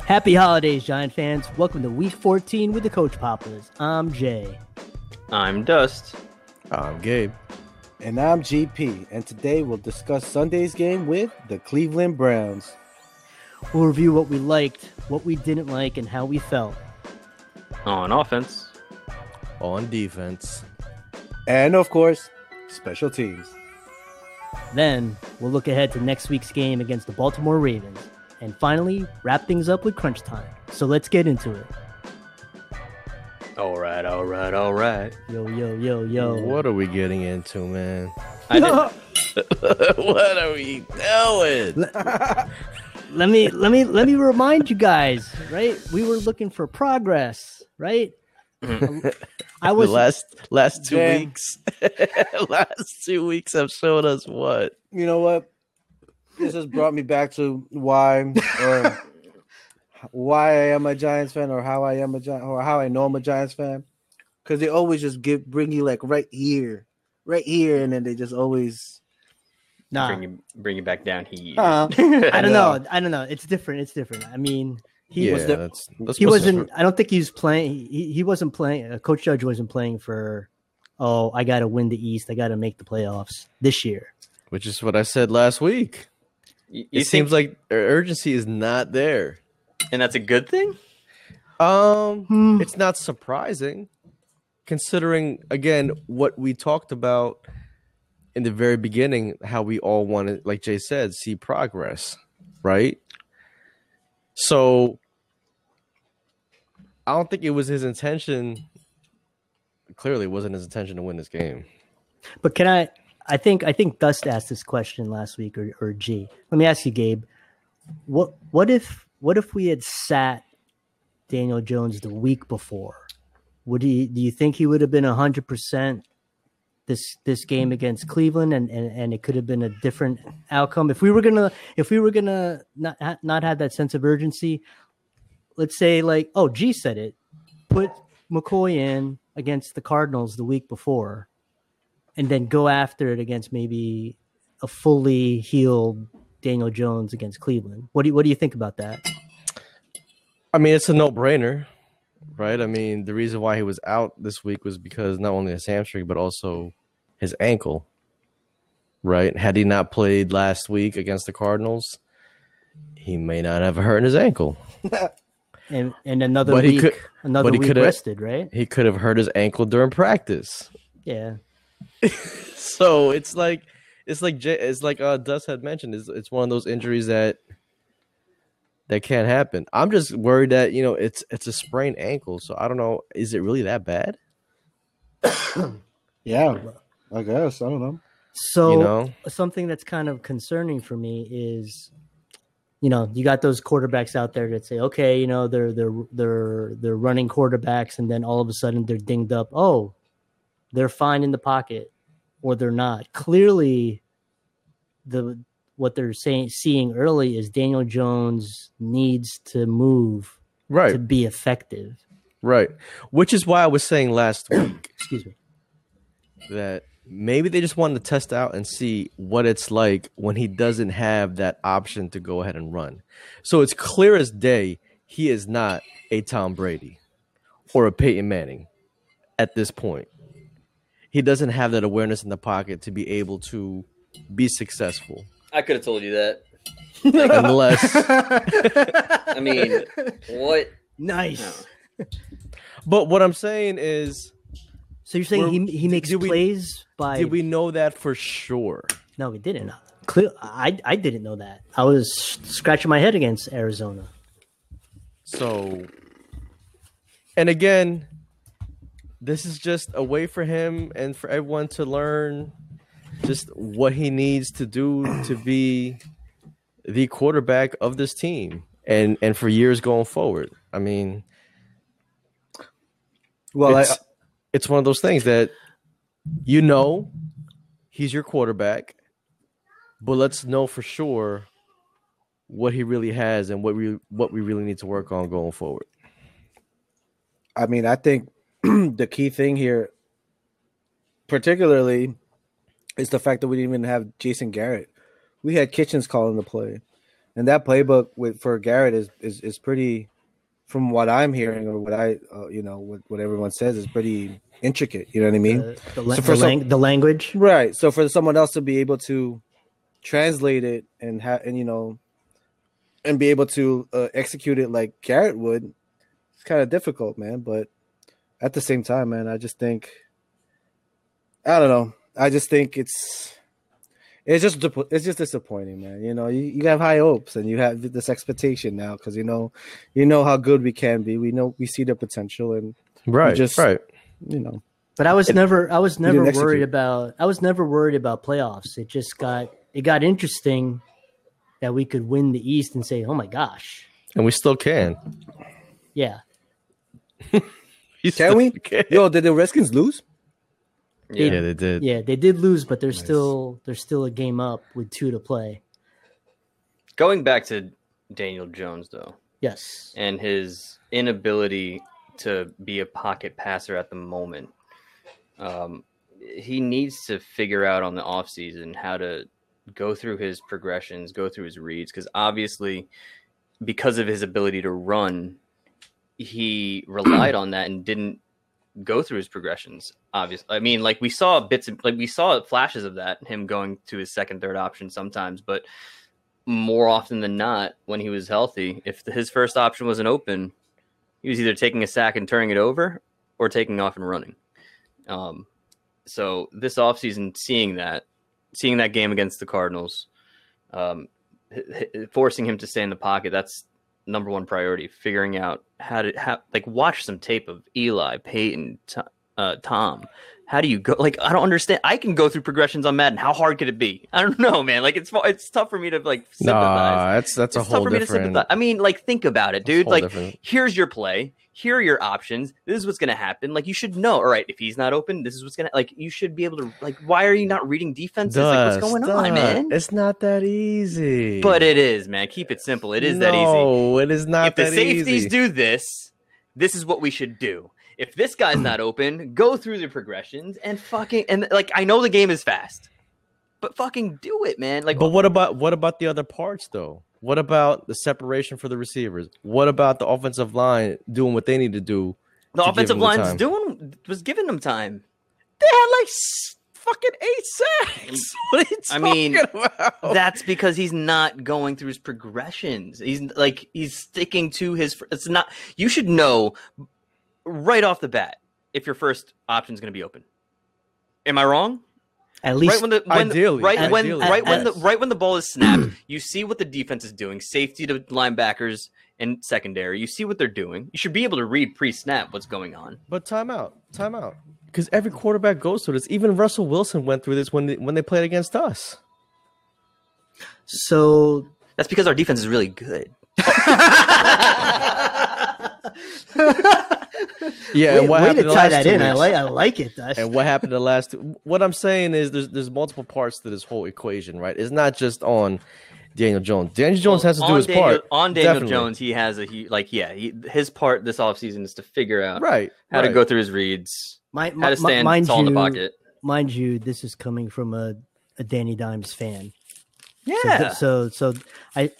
Happy holidays, Giant fans. Welcome to week 14 with the Coach Poppers. I'm Jay. I'm Dust. I'm Gabe. And I'm GP, and today we'll discuss Sunday's game with the Cleveland Browns. We'll review what we liked, what we didn't like, and how we felt. On offense, On defense. And of course, special teams. Then we'll look ahead to next week's game against the Baltimore Ravens. And finally, wrap things up with crunch time. So let's get into it. All right, all right, all right. Yo, yo, yo, yo. What are we getting into, man? I didn't, what are we doing? let me let me let me remind you guys, right? We were looking for progress, right? I was the last last two Damn. weeks. last two weeks have shown us what? You know what? This has brought me back to why or why I am a Giants fan or how I am a Giant or how I know I'm a Giants fan. Because they always just give bring you like right here, right here, and then they just always nah. bring you bring you back down here. uh, I don't No. know. I don't know. It's different. It's different. I mean, he yeah, was the, that's, that's he what's wasn't. different. I don't think he was playing. He, he wasn't playing. Uh, Coach Judge wasn't playing for. Oh, I got to win the East. I got to make the playoffs this year. Which is what I said last week. You, It you seems think, like ur- urgency is not there. and that's a good thing. Um, Hmm. it's not surprising, considering again what we talked about in the very beginning, how we all want to, like Jay said, see progress, right? So, I don't think it was his intention. Clearly, it wasn't his intention to win this game. But can I? I think I think Dust asked this question last week, or or G. Let me ask you, Gabe. What what if what if we had sat Daniel Jones the week before? Would he? Do you think he would have been hundred percent this this game against Cleveland, and, and and it could have been a different outcome if we were gonna if we were gonna not ha- not have that sense of urgency? Let's say like, oh, G said it. Put McCoy in against the Cardinals the week before and then go after it against maybe a fully healed Daniel Jones against Cleveland. What do you, what do you think about that? I mean, it's a no-brainer, right? I mean, the reason why he was out this week was because not only his hamstring but also his ankle, right? Had he not played last week against the Cardinals, he may not have hurt his ankle. And and another But he week, could- another but he week coulda- rested, right? He could have hurt his ankle during practice. Yeah, so it's like it's like J- it's like uh Dust had mentioned it's it's one of those injuries that that can't happen. I'm just worried that you know it's it's a sprained ankle, so I don't know. Is it really that bad? yeah, I guess I don't know. So you know, something that's kind of concerning for me is you know you got those quarterbacks out there that say okay you know they're they're they're they're running quarterbacks and then all of a sudden they're dinged up oh they're fine in the pocket or they're not clearly the what they're saying seeing early is Daniel Jones needs to move right? to be effective Right. Which is why I was saying last week excuse me that maybe they just wanted to test out and see what it's like when he doesn't have that option to go ahead and run. So it's clear as day he is not a Tom Brady or a Peyton Manning at this point. He doesn't have that awareness in the pocket to be able to be successful I could have told you that. unless I mean, what? nice but what I'm saying is so you're saying We're- he, he makes did we- plays by did we know that for sure? No, we didn't. Clear, I, I didn't know that. I was scratching my head against Arizona. So, and again, this is just a way for him and for everyone to learn just what he needs to do to be the quarterback of this team and and for years going forward. I mean, Well, I, it's, it's one of those things that you know he's your quarterback, but let's know for sure what he really has and what we what we really need to work on going forward. I mean, I think the key thing here, particularly, is the fact that we didn't even have Jason Garrett. We had Kitchens calling the play. and that playbook with for Garrett is is is pretty, from what I'm hearing or what I uh, you know what what everyone says is pretty intricate. You know what I mean? The, the, la- So for the lang- the language. Right. So for someone else to be able to translate it and have and you know and be able to uh, execute it like Garrett would, it's kind of difficult, man. But at the same time, man, I just think I don't know. I just think it's it's just dip- it's just disappointing, man. You know, you, you have high hopes and you have this expectation now because you know you know how good we can be. We know we see the potential, and Right. just- right. you know But I was never I was never didn't worried execute. about I was never worried about playoffs. It just got it got interesting that we could win the East and say, "Oh my gosh." And we still can. Yeah. can still we? can. Yo, did the Redskins lose? Yeah, They- they did. yeah, they did lose, but they're still they're still a game up with 2 to play. Going back to Daniel Jones though, Yes. and his inability to be a pocket passer at the moment. Um, he needs to figure out on the offseason how to go through his progressions, go through his reads, because obviously, because of his ability to run, he relied on that and didn't go through his progressions. Obviously, I mean, like we saw bits, of, like we saw flashes of that him going to his second, third option sometimes, but more often than not, when he was healthy, if his first option wasn't open, he was either taking a sack and turning it over or taking off and running. Um, so this offseason, seeing that, seeing that game against the Cardinals, um, h- h- forcing him to stay in the pocket, that's number one priority. Figuring out how to, how, like, watch some tape of Eli, Peyton, T- uh, Tom. How do you go? Like, I don't understand. I can go through progressions on Madden. How hard could it be? I don't know, man. Like, it's fu- it's tough for me to like sympathize Nah, that's that's a it's tough whole for me to different. sympathize. I mean, like, think about it, dude. whole Like, different- here's your play. Here are your options. This is what's gonna happen. Like, you should know. All right, if he's not open, this is what's gonna like. You should be able to like. Why are you not reading defenses? like, Dust, what's going dust. on, man? It's not that easy. But it is, man. Keep it simple. It is that easy. No, it is not If the that safeties easy. do this, this is what we should do. If this guy's not open, go through the progressions and fucking and like. I know the game is fast, but fucking do it, man. Like, But what about what about the other parts though? What about the separation for the receivers? What about the offensive line doing what they need to do? The to give offensive him the line's time. doing was giving them time. They had like s- fucking eight sacks. What are you I mean, talking about? That's because he's not going through his progressions. He's like he's sticking to his. fir- It's not. You should know right off the bat if your first option's going to be open. Am I wrong? At least right when the when, Ideally, right when ideally, right when the yes. right when the ball is snapped, you see what the defense is doing, safety to linebackers and secondary. You see what they're doing. You should be able to read pre-snap what's going on. But timeout, timeout. Because every quarterback goes through this. Even Russell Wilson went through this when they, when they played against us. so That's because our defense is really good. Yeah, way, and what way happened to the tie last that two in. I weeks? like I like it. Dust. and what happened the last two- what i'm saying is there's there's multiple parts to this whole equation right it's not just on daniel jones daniel jones has to do on his Daniel, part On Daniel Definitely. Jones, he has a he like yeah, he, his part this offseason is to figure out right how to right. go through his reads, My, how my, to stand mind tall you, in the pocket. mind you, this is coming from a, a Danny Dimes fan. So th- Yeah. So, so I,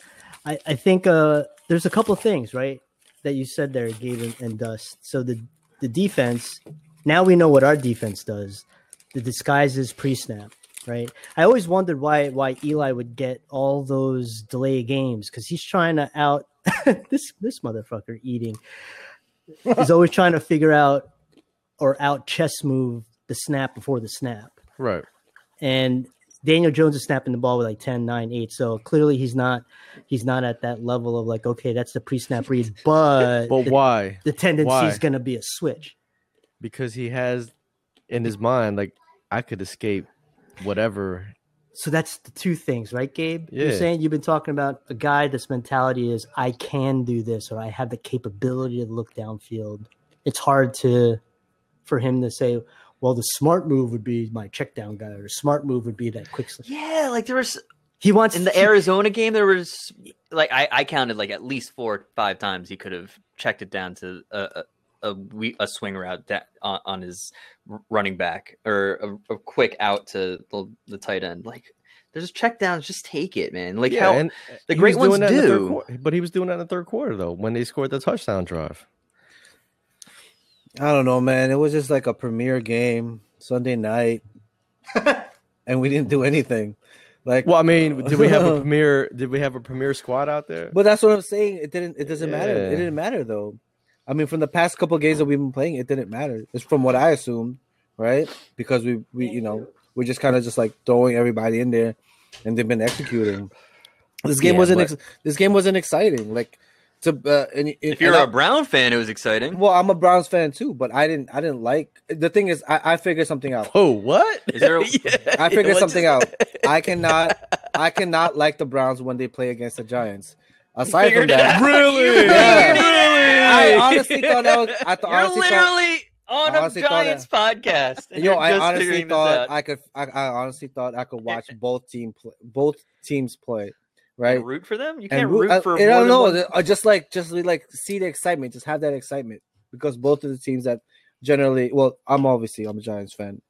I I think uh there's a couple things right that you said there, Gabe and, and Dust. So the the defense. Now we know what our defense does. The disguises pre snap, right? I always wondered why why Eli would get all those delay games because he's trying to out this this motherfucker eating. He's always trying to figure out or out chess move the snap before the snap right and Daniel Jones is snapping the ball with like 10, 9, 8. So clearly he's not he's not at that level of like, okay, that's the pre-snap read, but, but the, why the tendency why? is gonna be a switch. because he has in his mind like i could escape whatever So that's the two things, right, Gabe? You're Yeah. saying you've been talking about a guy that's mentality is I can do this or I have the capability to look downfield. It's hard to for him to say, well, the smart move would be my check down guy, or the smart move would be that quick slip. yeah, like there was He wants in the he- Arizona game there was like I, I counted like at least four five times he could have checked it down to a a, a, we- a swing route that on, on his r- running back or a, a quick out to the, the tight end like There's check downs. Just take it, man. Like yeah, how and the he great was ones doing that in the third do. quar- but he was doing that in the third quarter though when they scored the touchdown drive. I don't know, man. It was just like a premiere game Sunday night, and we didn't do anything. Like, Well, I mean, did we have a premier? Did we have a premier squad out there? but that's what I'm saying. It didn't. It doesn't matter. It Yeah. didn't matter though. I mean, from the past couple games that we've been playing, it didn't matter. It's from what I assumed, right? Because we, we, you know, we're just kind of just like throwing everybody in there, and they've been executing. This game Yeah, wasn't. but- ex- this game wasn't exciting. Like, to uh, and, If you're and a I- Brown fan, it was exciting. well, I'm a Browns fan too, but I didn't. I didn't like the thing is I, I figured something out. oh, what? Is there a- Yeah, I figured what something just- out. I cannot. I cannot like the Browns when they play against the Giants. Aside figured from it that, out. Really? Yeah. I Really? honestly thought that was. I th- You're honestly thought. literally on I a honestly thought uh, Giants podcast. and Yo, you're I just honestly figuring this uh, thought out. I could. I, I honestly thought I could watch both team play, both teams play, And right? root for them. You And can't root- root, I- for. I, more don't than know. one- I just like just like see the excitement, just have that excitement because both of the teams that generally, well, I'm obviously I'm a Giants fan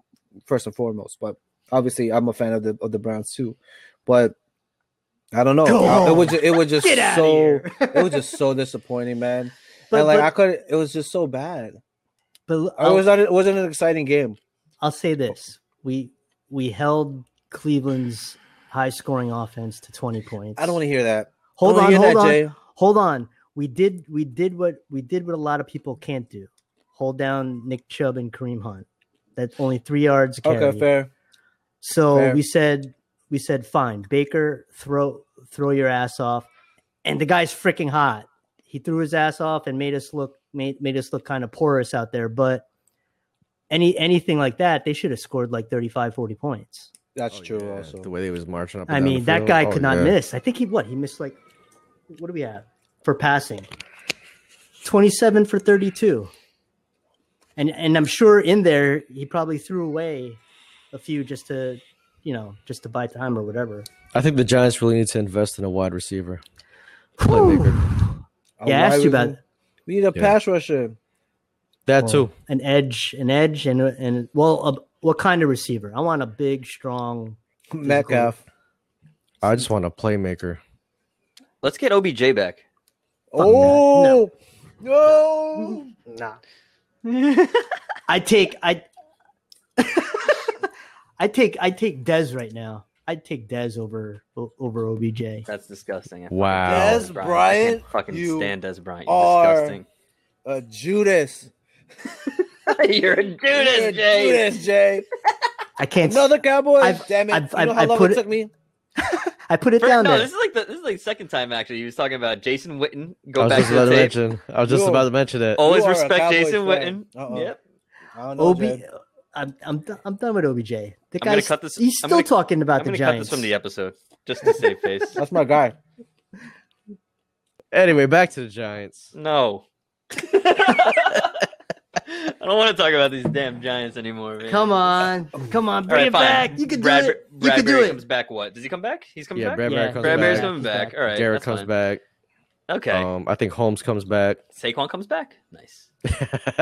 first and foremost, but obviously I'm a fan of the of the Browns too. But I don't know. Go I- it home. was just, it was just Get outta so here. it was just so disappointing, man. But, and like but- Oh. I could, it was just so bad. but It I'll- was not. It wasn't an exciting game. I'll Oh. say this: we we held Cleveland's high scoring offense to twenty points. I don't want to hear that. hold I on, don't wanna hear hold on, that, Jay. hold on. We did we did what we did what a lot of people can't do: hold down Nick Chubb and Kareem Hunt. That's only three yards. a Carry. Okay, fair. So fair. we said we said fine, Baker, throw throw your ass off, and the guy's freaking hot. He threw his ass off and made us look made made us look kind of porous out there, but. Any anything like that, they should have scored like 35, 40 points. That's Oh, true. yeah, Also, the way they was marching up. and I down the mean, that field. guy Oh, could not yeah. miss. I think he what he missed like what do we have for passing? Twenty seven for thirty two. And and I'm sure in there he probably threw away a few just to you know just to buy time or whatever. I think the Giants really need to invest in a wide receiver. Whew. Playmaker. A Yeah, I asked wide you about receiver- We need a Yeah. pass rusher. That too. an edge, an edge, and a- and well, a, what kind of receiver? I want a big, strong. Metcalf. I just want a playmaker. Let's get OBJ back. Oh no! Nah, I take I. I take I take Dez right now. I'd take Dez over o- over OBJ. That's disgusting. Wow. Des Bryant. I Bryant, can't fucking you stand Des Bryant. You're are- disgusting. Uh, Judas. You're a Yeah, Judas, Jay. Judas, Jay. I can't. Another Cowboy. I've- Damn it! I've- you know I've- how I long put it it- took me? I put it Fir- down no, there. this is like the this is like second time actually. He was talking about Jason Witten. I Oh, Go was back just to about the to tape. mention. I was just You about are- to mention that. Always You are a respect Cowboys Jason fan. Witten. Oh, Uh-oh. Yep. I don't know, OB, Jay. I'm I'm do- I'm done with OBJ. The I'm gonna guy's cut this- he's I'm still gonna- talking about I'm the gonna cut Giants. this from the episode just to save face. That's my guy. Anyway, back to the Giants. No. I don't want to talk about these damn Giants anymore. Man. Come on, come on, All right, bring it fine. back. You can Brad- do it. You Bradbury can do comes it. back. What? Does he come back? He's coming Yeah, back. Bradbury Yeah, comes Bradbury's back. coming He's back. back. All right. Garrett that's comes fine. back. Okay. Um, I think Holmes comes back. Saquon comes back. Nice.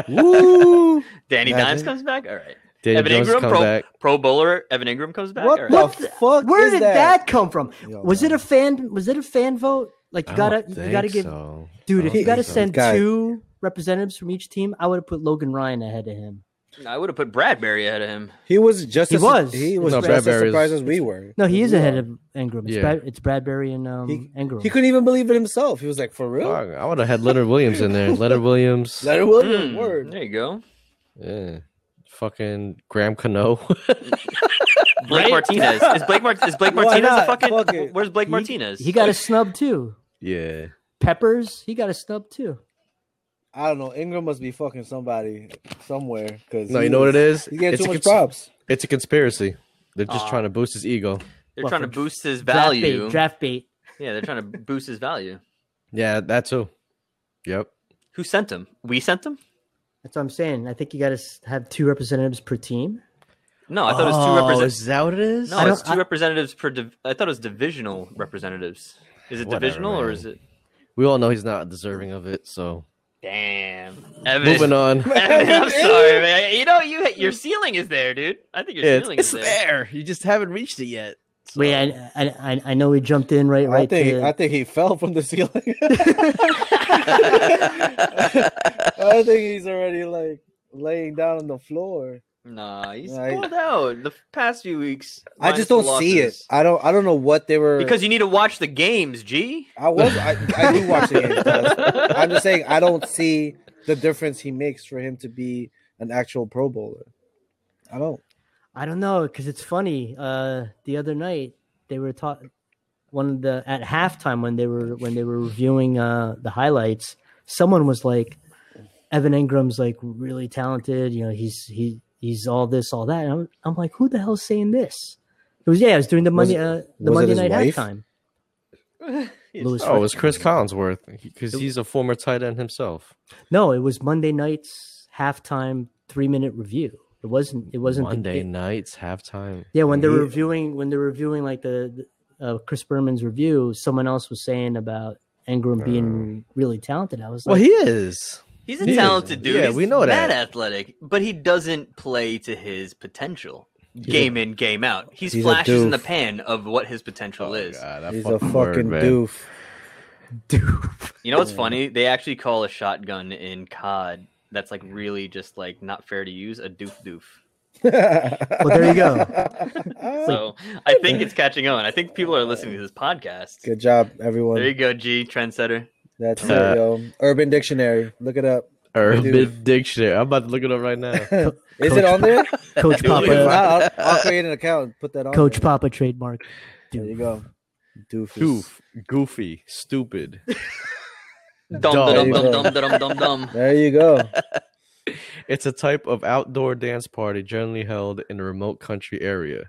Woo! Danny Imagine. Dimes comes back. All right. Daniel Evan Jones Ingram, comes pro, back. pro bowler. Evan Ingram comes back. All What right. the What the- fuck? Where is did that? that? come from? Yo, was it man. a fan? Was it a fan vote? Like you I gotta don't you think gotta give so. dude. I If don't you gotta think so. send Guy. two representatives from each team, I would have put Logan Ryan ahead of him. I would have put Bradbury ahead of him. He was just He as was. he was No, just as Bradbury is- surprised as we were. No, he is We ahead are. of Ingram. It's, Yeah. Brad, it's Bradbury and um, Ingram. He couldn't even believe it himself. He was like, "For real?" Fuck, I would have had Leonard Williams in there. Leonard Williams. Leonard Williams. Hmm, Word. There you go. Yeah. Fucking Graham Cano. Blake Right? Martinez. Is Blake, Mar- is Blake Why Martinez a not? fucking. Fuck it. Where's Blake He- Martinez? He got a snub too. yeah. Peppers, he got a snub too. I don't know. Ingram must be fucking somebody somewhere. Cause No, you know what it is? He gets It's too a much cons- props. It's a conspiracy. They're just Aw. trying to boost his ego. They're Well, trying to for dr- boost his Draft value. bait. Draft bait. Yeah, they're trying to boost his value. Yeah, that too. Yep. Who sent him? We sent him? That's what I'm saying. I think you got to have two representatives per team. No, I thought it was Oh, two representatives. Is that what it is? I No, it's don't- two I- representatives per. Div- I thought it was divisional representatives. Is it Whatever, divisional or man. is it? We all know he's not deserving of it. So Damn. Evan. moving on. Evan, I'm sorry, man. You know, you your ceiling is there, dude. I think your It's, ceiling it's is there. there. You just haven't reached it yet. Wait, I, I I I know we jumped in right right I think to- I think he fell from the ceiling. I think he's already like laying down on the floor. Nah, he's Right. pulled out the past few weeks. I just don't minus the see it. losses. I don't. I don't know what they were. Because you need to watch the games, G. I was. I, I do watch the game. but I'm just saying. I don't see the difference he makes for him to be an actual Pro Bowler. I don't. I don't know because it's funny. Uh, the other night they were taught one of the at halftime when they were when they were reviewing uh, the highlights. Someone was like, "Evan Ingram's like really talented. You know, he's he he's all this, all that." And I'm, I'm like, "Who the hell's saying this?" It was yeah, it was during the Was Monday it- uh, the was it Monday his night wife? halftime. It's- Oh, it's Chris Collinsworth because he's a former tight end himself. No, it was Monday night's halftime three minute review. It wasn't. It wasn't the Monday ga- nights halftime. Yeah, when they're Yeah. reviewing when they're reviewing like the, the, uh, Chris Berman's review, someone else was saying about Ingram being really talented. I was Well, like, he is. He's a He is. talented dude. Yeah, He's we know that. athletic, but he doesn't play to his potential. a- Game in, game out. He's, he's a flashes in doof. the pan of what his Oh, potential is. He's a fucking doof. You know what's funny? They actually call a shotgun in COD that's like really just like not fair to use a doof doof. well, there you go. So I think it's catching on. I think people are listening to this podcast. Good job, everyone. There you go, G trendsetter. That's Uh, it, yo. Urban Dictionary. Look it up. Urban Doof. Dictionary. I'm about to look it up right now. Is it on there? Coach Dude, If Papa, not, I'll, I'll create an account and put that on. Coach there. Papa trademark. There you go. Doofus. Doof, goofy, stupid. Dum dum dum dum dum dum dum. There you go. It's a type of outdoor dance party generally held in a remote country area.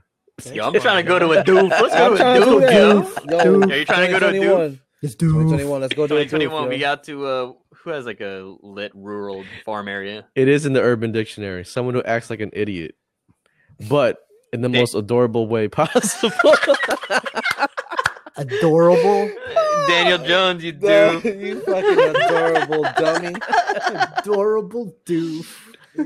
Yo, I'm trying to go to a doof. Let's I'm go to a trying to do doof, yo. that. Yo, Doof. Are you trying to go to a doof? 2021. It's 2021. Let's go do it. 2021, we got to uh, who has like a lit rural farm area? It is in the Urban Dictionary. Someone who acts like an idiot, but in the They- most adorable way possible. Adorable. Daniel Jones, you do. you fucking adorable dummy. Adorable doof. You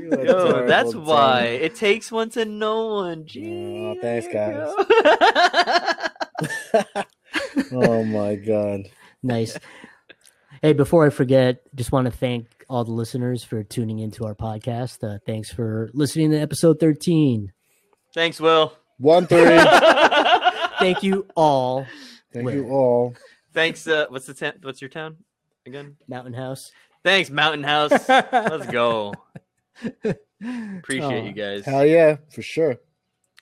Yo, adorable that's dummy. why it takes one to know one. Gee, Yeah, thanks, guys. guys. Oh my god. Nice. Hey, before I forget, just want to thank all the listeners for tuning into our podcast. Uh, thanks for listening to episode 13. thanks, Will. One three. Thank you all, Thank you all. thanks. Uh, what's the ta- what's your town again? Mountain House. Thanks, Mountain House. Let's go. Appreciate Aw. you guys. Hell yeah, for sure.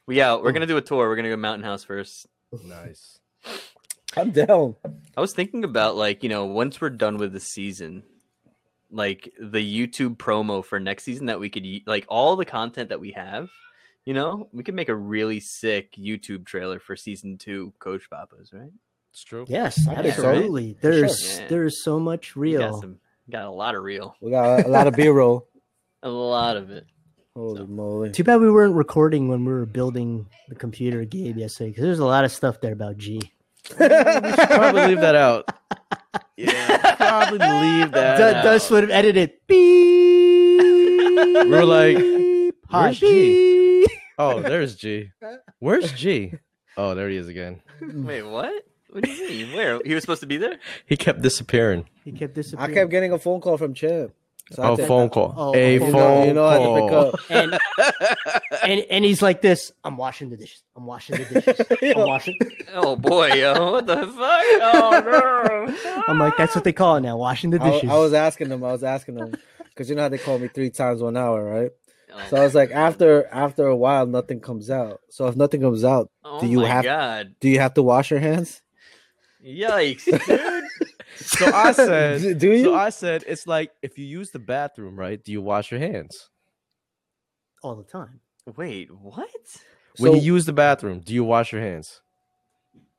We out. We're gonna do a tour. We're gonna go Mountain House first. nice. I'm down. I was thinking about like you know once we're done with the season, like the YouTube promo for next season that we could y- like all the content that we have, you know, we could make a really sick YouTube trailer for season two, Coach Papas, right? It's true. Yes, I think so. absolutely. For sure. There's Yeah. there's so much We Got, real. some, got a lot of real, We got a lot of B roll. a lot of it. Holy moly. Too bad we weren't recording when we were building the computer, Gabe, yesterday, because there's a lot of stuff there about G. Probably leave that out. Yeah, probably leave that. D- out. Dust would have edited. Beep. We're like, Hi, where's G? Oh, there's G. Where's G? Oh, there he is again. Wait, what? What do you mean? Where he was supposed to be there? He kept disappearing. He kept I disappearing. kept getting a phone call from Chip. So I Oh, said- phone call. Oh, a you know- phone You know, you know I had call. to pick up. and, and and he's like this. I'm washing the dishes. I'm washing the dishes. I'm washing. Oh boy, yo, what the fuck? Oh no! I'm like, that's what they call it now. Washing the I, dishes. I was asking them. I was asking them because you know how they call me three times one hour, right? Oh, So I was like, after after a while, nothing comes out. So if nothing comes out, oh do you my have- God? do you have to wash your hands? Yikes, dude! So I said, do you? so I said, it's like if you use the bathroom, right? Do you wash your hands all the time. Wait, what? when So you use the bathroom? Do you wash your hands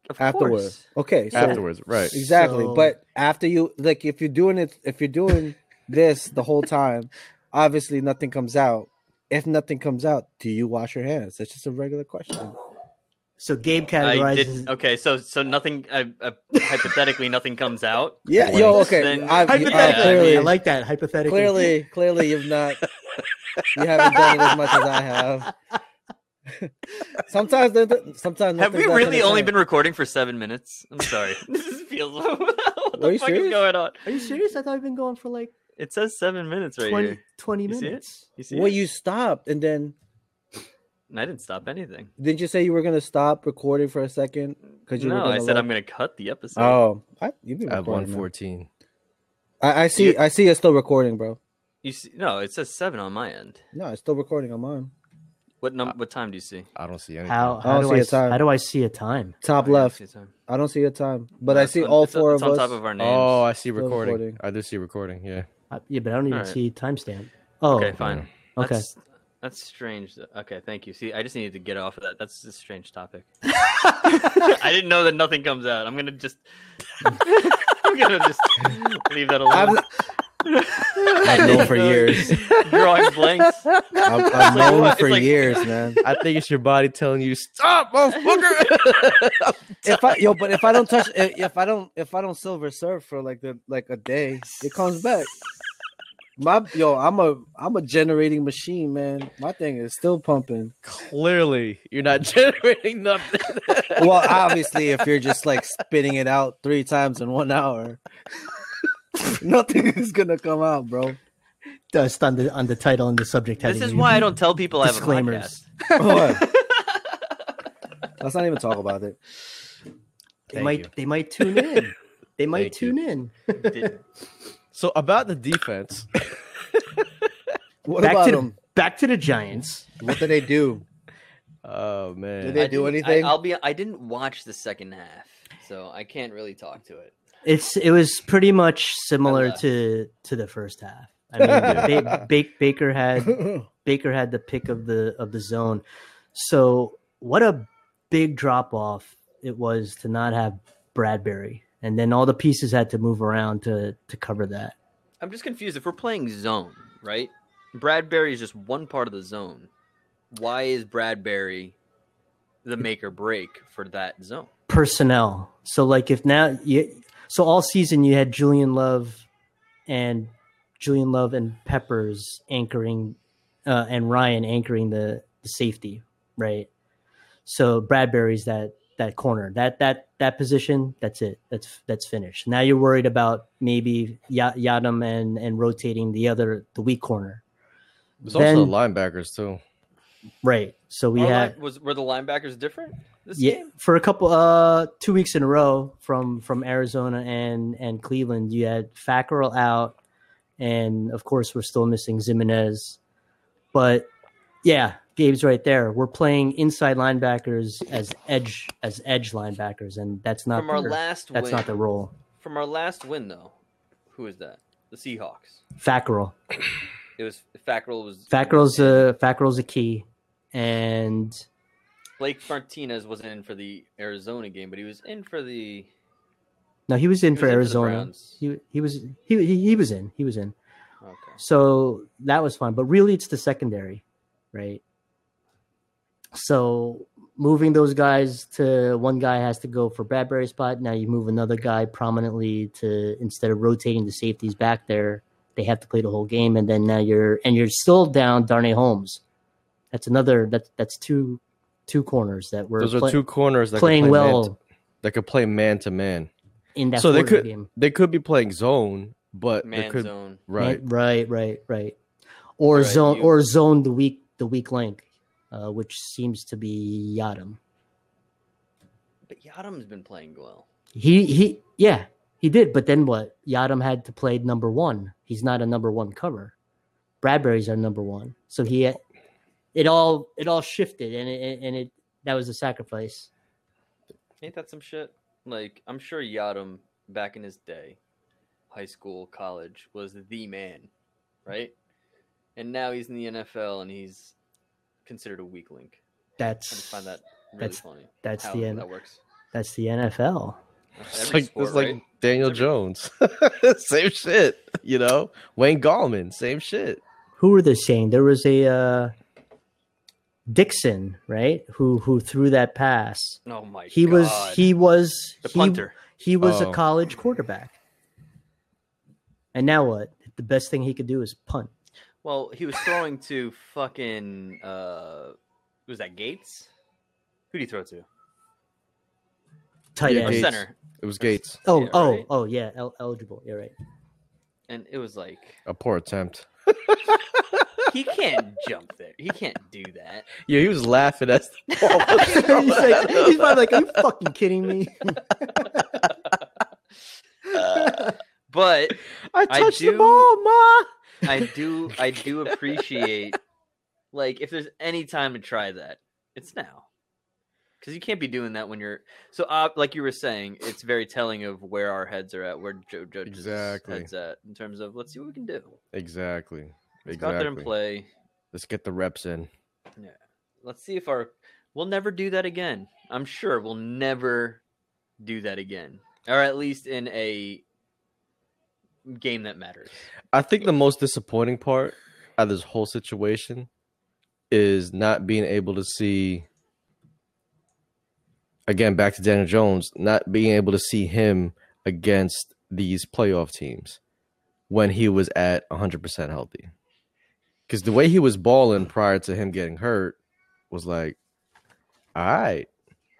Of afterwards. course. Okay, so afterwards? Right. exactly. So- But after you, like, if you're doing it, if you're doing this the whole time, obviously nothing comes out. If nothing comes out, do you wash your hands? That's just a regular question. So Gabe I categorizes. did okay, so so nothing. I, I, hypothetically, nothing comes out. Yeah, Well, yo, okay. then- I've, Hypothetically, uh, I I clearly, like that hypothetically. clearly, clearly, you've not, you haven't done it as much as I have. sometimes, they're the- sometimes. Have we nothing bad really can only happen. been recording for seven minutes? I'm sorry. this is- feels. what Are the you fuck is serious? going on? Are you serious? I thought I've been going for like It says seven minutes right 20, here. 20 You see it? minutes. You see? Well, it? you stopped, and then And I didn't stop anything. didn't you say you were gonna stop recording for a second? Because you were No, I gonna said let- I'm going to cut the episode. Oh, I, you've been I have recording, man. 114. I, I see. You- I see. It's still recording, bro. You see? No, it says seven on my end. No, it's still recording. I'm on What Uh, num- What time do you see? I don't see anything. How, I how, don't do see I, a s- time. how do I see a time? top Oh, yeah, I left. see time. I don't see a time, but No, I it's see on- all it's on- four it's of on us. top of our names. Oh, I see Still recording. recording. I do see recording. Yeah. Uh, yeah, but I don't even Alright. see timestamp. Oh, okay, fine. okay. That's, that's strange. though. Okay, thank you. See, I just needed to get off of that. That's a strange topic. I didn't know that nothing comes out. I'm gonna just, I'm gonna just leave that alone. I've known for years. Drawing blanks. I've, It's like I've known what? for It's like- years, man. I think it's your body telling you, stop, motherfucker. If I yo, but if I don't touch, if, if I don't, if I don't silver surf for like the like a day, it comes back. My yo, I'm a I'm a generating machine, man. My thing is still pumping. Clearly, you're not generating nothing. Well, obviously, if you're just like spitting it out three times in one hour, nothing is gonna come out, bro. Dust on the on the title and the subject heading. This is why I don't tell people I have a podcast. Disclaimers. What? Let's not even talk about it. They Thank might you. they might tune in. They might Thank you. tune in. Did- So about the defense, What back about to them? the, back to the Giants. What did they do? oh man, Did they I do didn't- anything? I, I'll be. I didn't watch the second half, so I can't really talk to it. It's it was pretty much similar left. to to the first half. I mean, ba- ba- Baker had That's Baker had the pick of the of the zone. So what a big drop off it was to not have Bradbury, and then all the pieces had to move around to to cover that. I'm just confused. If we're playing zone, right? Bradbury is just one part of the zone. Why is Bradbury Hmm. the make or break for that zone? personnel. So like if now you so all season you had Julian Love and Julian Love and Peppers anchoring uh, and Ryan anchoring the, the safety, right? So Bradbury's that that corner. That that that position, that's it. That's that's finished. Now you're worried about maybe Ya- Yadam and and rotating the other the weak corner. there's also then- linebackers too. Right. So we Our had line- was were the linebackers different this yeah, game? for a couple, uh, two weeks in a row from from Arizona and and Cleveland, you had Fackrell out, and of course we're still missing Zimenez, but yeah, Gabe's right there. We're playing inside linebackers as edge as edge linebackers, and that's not From our their- last that's win, not the role. from our last win though, who is that? The Seahawks. Fackrell, It was Fackrell was Fackrell's uh, a Fackrell's a key, and Blake Martinez wasn't in for the Arizona game, but he was in for the no, he was in he for was Arizona. Browns. he he was he he he was in he was in. okay. So that was fun. But really, it's the secondary, right? So moving those guys to one guy has to go for Bradbury spot. Now you move another guy prominently to instead of rotating the safeties back there, they have to play the whole game. And then now you're and you're still down Darnay Holmes. That's another that's that's two two corners that were Those are play- two corners that could playing play man well to- that could play man to man. in that So they Florida could game. they could be playing zone, but they Man could zone. right. Man- right, right, right. Or Right, zone you- or zone the weak the weak link, uh, which seems to be Yadam. But Yadam's been playing well. He he yeah, he did, but then what? Yadam had to play number one. He's not a number one cover. Bradbury's our number one. So he it all it all shifted and it and it that was a sacrifice. Ain't that some shit? Like, I'm sure Yadam back in his day, high school, college, was the man, right? And now he's in the NFL and he's considered a weak link. I just That's find that really That's- funny. that's how the end. that works. that's the NFL. That's It's every like sport, it's like right? Daniel Every- Jones, same shit. You know, Wayne Gallman, same shit. who were they saying? There was a uh, Dixon, right? Who who threw that pass. Oh my He god. was he was the he- punter. He, was Oh. a college quarterback. And now what? The best thing he could do is punt. Well, he was throwing to fucking uh was that Gates? Who do you throw to? Tight Yeah, Or end. Gates. center. It was Gates. Oh, Yeah, oh, right. oh, yeah. El- eligible. You're right. And it was like A poor attempt. he can't jump there. He can't do that. Yeah, he was laughing at the he's, like, he's probably like, "Are you fucking kidding me?" But I I touched do- the ball, ma. I do I do appreciate like if there's any time to try that, it's now. Cuz you can't be doing that when you're so uh, like you were saying, it's very telling of where our heads are at, where Joe Judge's Exactly. heads at in terms of let's see what we can do. Exactly. Let's go out there and Exactly. play. Let's get the reps in. Let's see if our we'll never do that again. I'm sure we'll never do that again. Or at least in a game that matters. I think the most disappointing part of this whole situation is not being able to see again back to Daniel Jones, not being able to see him against these playoff teams when he was at 100% healthy. Cuz the way he was balling prior to him getting hurt was like all right.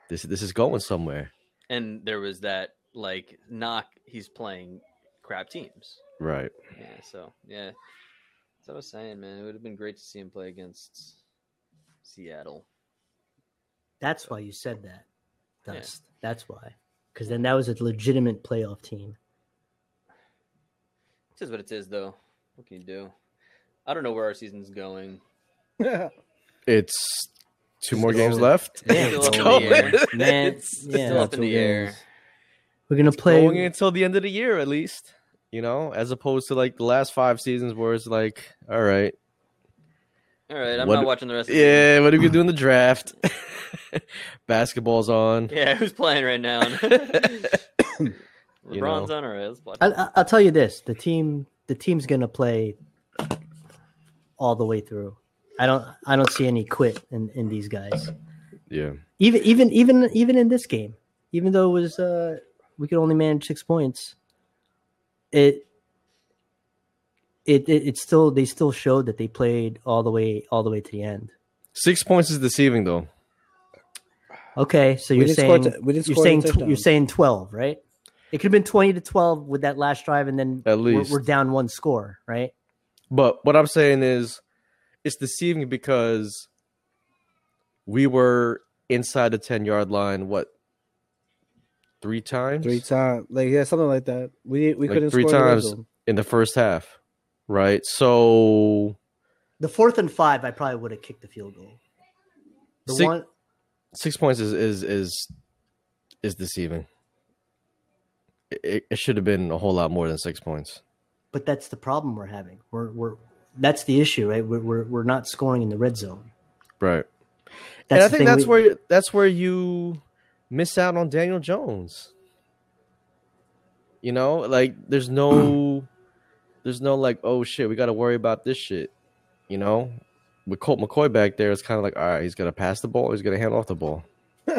This this is going somewhere. And there was that like knock he's playing crap teams. Right. Yeah, so yeah. That's what I was saying, man. It would have been great to see him play against Seattle. That's why you said that. Yeah. Dust. That's why. Because then that was a legitimate playoff team. It is what it is though. What can you do? I don't know where our season's going. It's two It's more games going. left. Yeah, Still it's up in the going. air. Man, It's- yeah. Still up in two the air. games. We're gonna going play. until the end of the year at least you know as opposed to like the last five seasons where it's like all right All right, I'm What- not watching the rest of the game. yeah what are we gonna do in the draft basketball's on Yeah, who's playing right now? LeBron's on. All right, let's watch. I, I, I'll tell you this: the team, the team's gonna play all the way through. I don't, I don't see any quit in, in these guys. yeah Even, even, even, even in this game, even though it was, uh, we could only manage six points. It, it, it, it's still they still showed that they played all the way, all the way to the end. six points is deceiving though Okay, so We you're didn't score saying t- we didn't you're score any saying tw- you're touchdowns. saying twelve, right? It could have been twenty to twelve with that last drive, and then At we're- least. we're, down one score, right? but what i'm saying is it's deceiving because we were inside the 10 yard line what three times three times, like yeah, something like that. We we Like couldn't three score in the red times. zone. in the first half right so The fourth and five, I probably would have kicked the field goal. The Six- one, six points is is is is deceiving. It, it should have been a whole lot more than six points. but that's the problem we're having. We're we're that's the issue, right? We're we're, we're not scoring in the red zone. Right. That's and I the think thing that's we- where that's where you miss out on Daniel Jones. You know, like there's no there's no like, oh shit, we gotta worry about this shit. You know? With Colt McCoy back there, it's kinda like, all right, he's gonna pass the ball, or he's gonna hand off the ball.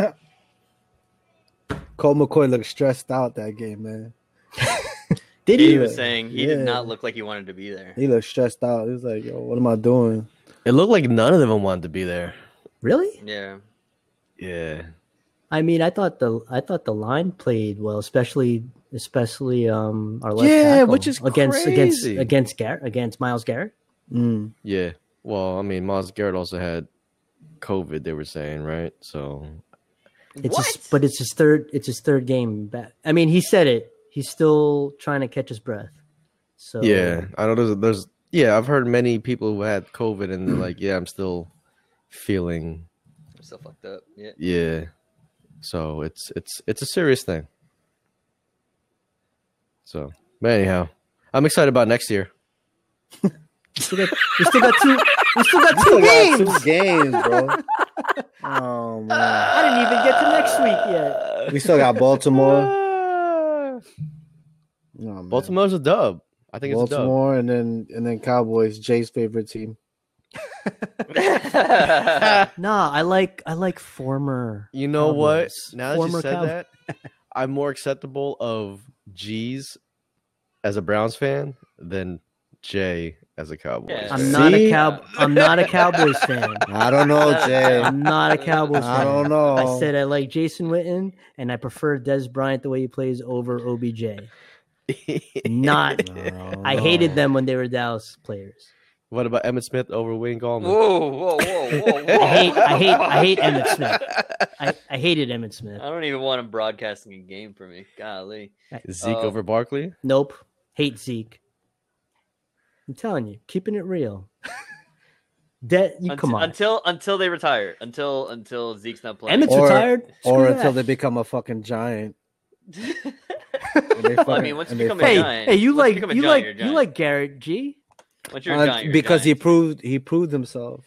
Cole McCoy looked stressed out that game, man. did He he? was saying he did Yeah. not look like he wanted to be there. He looked stressed out. He was like, "Yo, what am I doing?" It looked like none of them wanted to be there. Really? Yeah, Yeah. I mean, I thought the I thought the line played well, especially especially um our left Yeah, tackle which is against crazy. against against Garrett against Miles Garrett. Mm. Yeah. Well, I mean, Miles Garrett also had COVID. They were saying, right? So It's His, but it's his third. It's his third game back. I mean, he said it. He's still trying to catch his breath. So yeah, I know there's, there's yeah, I've heard many people who had COVID and they're like, yeah, I'm still feeling I'm still fucked up. Yeah, yeah. So it's it's it's a serious thing. So, but anyhow, I'm excited about next year. we still got, we still got two. We still got two Still got games. Two games, bro. oh man, I didn't even get to next week yet. we still got Baltimore. Ah. Oh, man. Baltimore's a dub. I think it's a dub. Baltimore, and then and then Cowboys, Jay's favorite team. Nah, I like I like former. You know what? Cowboys. Now that Former you said Cow- that, I'm more acceptable of G's as a Browns fan than Jay as a Cowboy. Yeah. I'm not a See? cow. I'm not a Cowboys fan. I don't know, Jay. I'm not a Cowboys fan. I don't know. I said I like Jason Witten and I prefer Des Bryant the way he plays over OBJ. Not. don't I know. hated them when they were Dallas players. What about Emmett Smith over Wayne Gallman? Whoa, whoa, whoa, whoa, whoa. I hate- I hate- I hate Emmett Smith. I, I hated Emmett Smith. Uh. I don't even want him broadcasting a game for me. Golly. Zeke Uh, over Barkley? Nope. Hate Zeke. I'm telling you, keeping it real. De- you, Unt- come on. Until until they retire. Until until Zeke's not playing. Emmett's Or- retired. Or Screw until that. they become a fucking giant. Well, And they I fucking- mean, once you and they become a Hey, giant, hey, you once like become a you giant, like you're a you giant. like Garrett G. once you're a Uh, giant, you're a because he giant. proved he proved himself.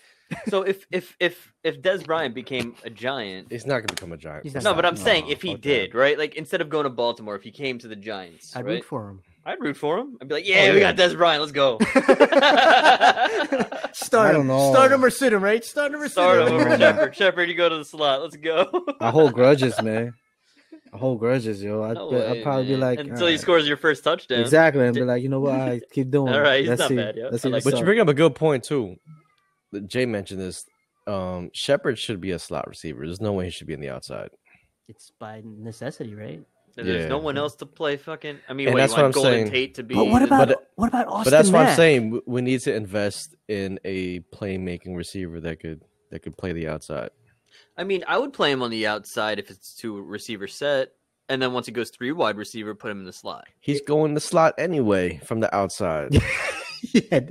So if if if if Des Bryant became a giant, He's not going to become a giant. He's not- no, but I'm saying no, if he fuck that. did, right? Like instead of going to Baltimore, if he came to the Giants, I'd right? root for him. I'd root for him. I'd be like, yeah, Oh, we yeah. got Des Bryant. Let's go. Start I don't him. know. Start him or sit him, right? Start him or sit Start him him. over Shepard. Shepard, you go to the slot. Let's go. I hold grudges, man. I hold grudges, yo. I, No I'd way, probably be man. like until "Alright." he scores your first touchdown. Exactly, and be like, you know what? I keep doing. All right, it. he's Let's not see. bad, yeah. Let's I see. like what's But you up. bring up a good point too. that Jay mentioned this. Um, Shepard should be a slot receiver. There's no way he should be on the outside. It's by necessity, right? There's Yeah. no one else to play. Fucking. I mean, And what, that's you what want I'm Golden saying. Tate to be. But what the- about what about Austin? but that's what I'm Mack? saying. We- We need to invest in a playmaking receiver that could that could play the outside. I mean, I would play him on the outside if it's two receiver set, and then once it goes three wide receiver, put him in the slot. He's going to slot anyway from the outside. yeah.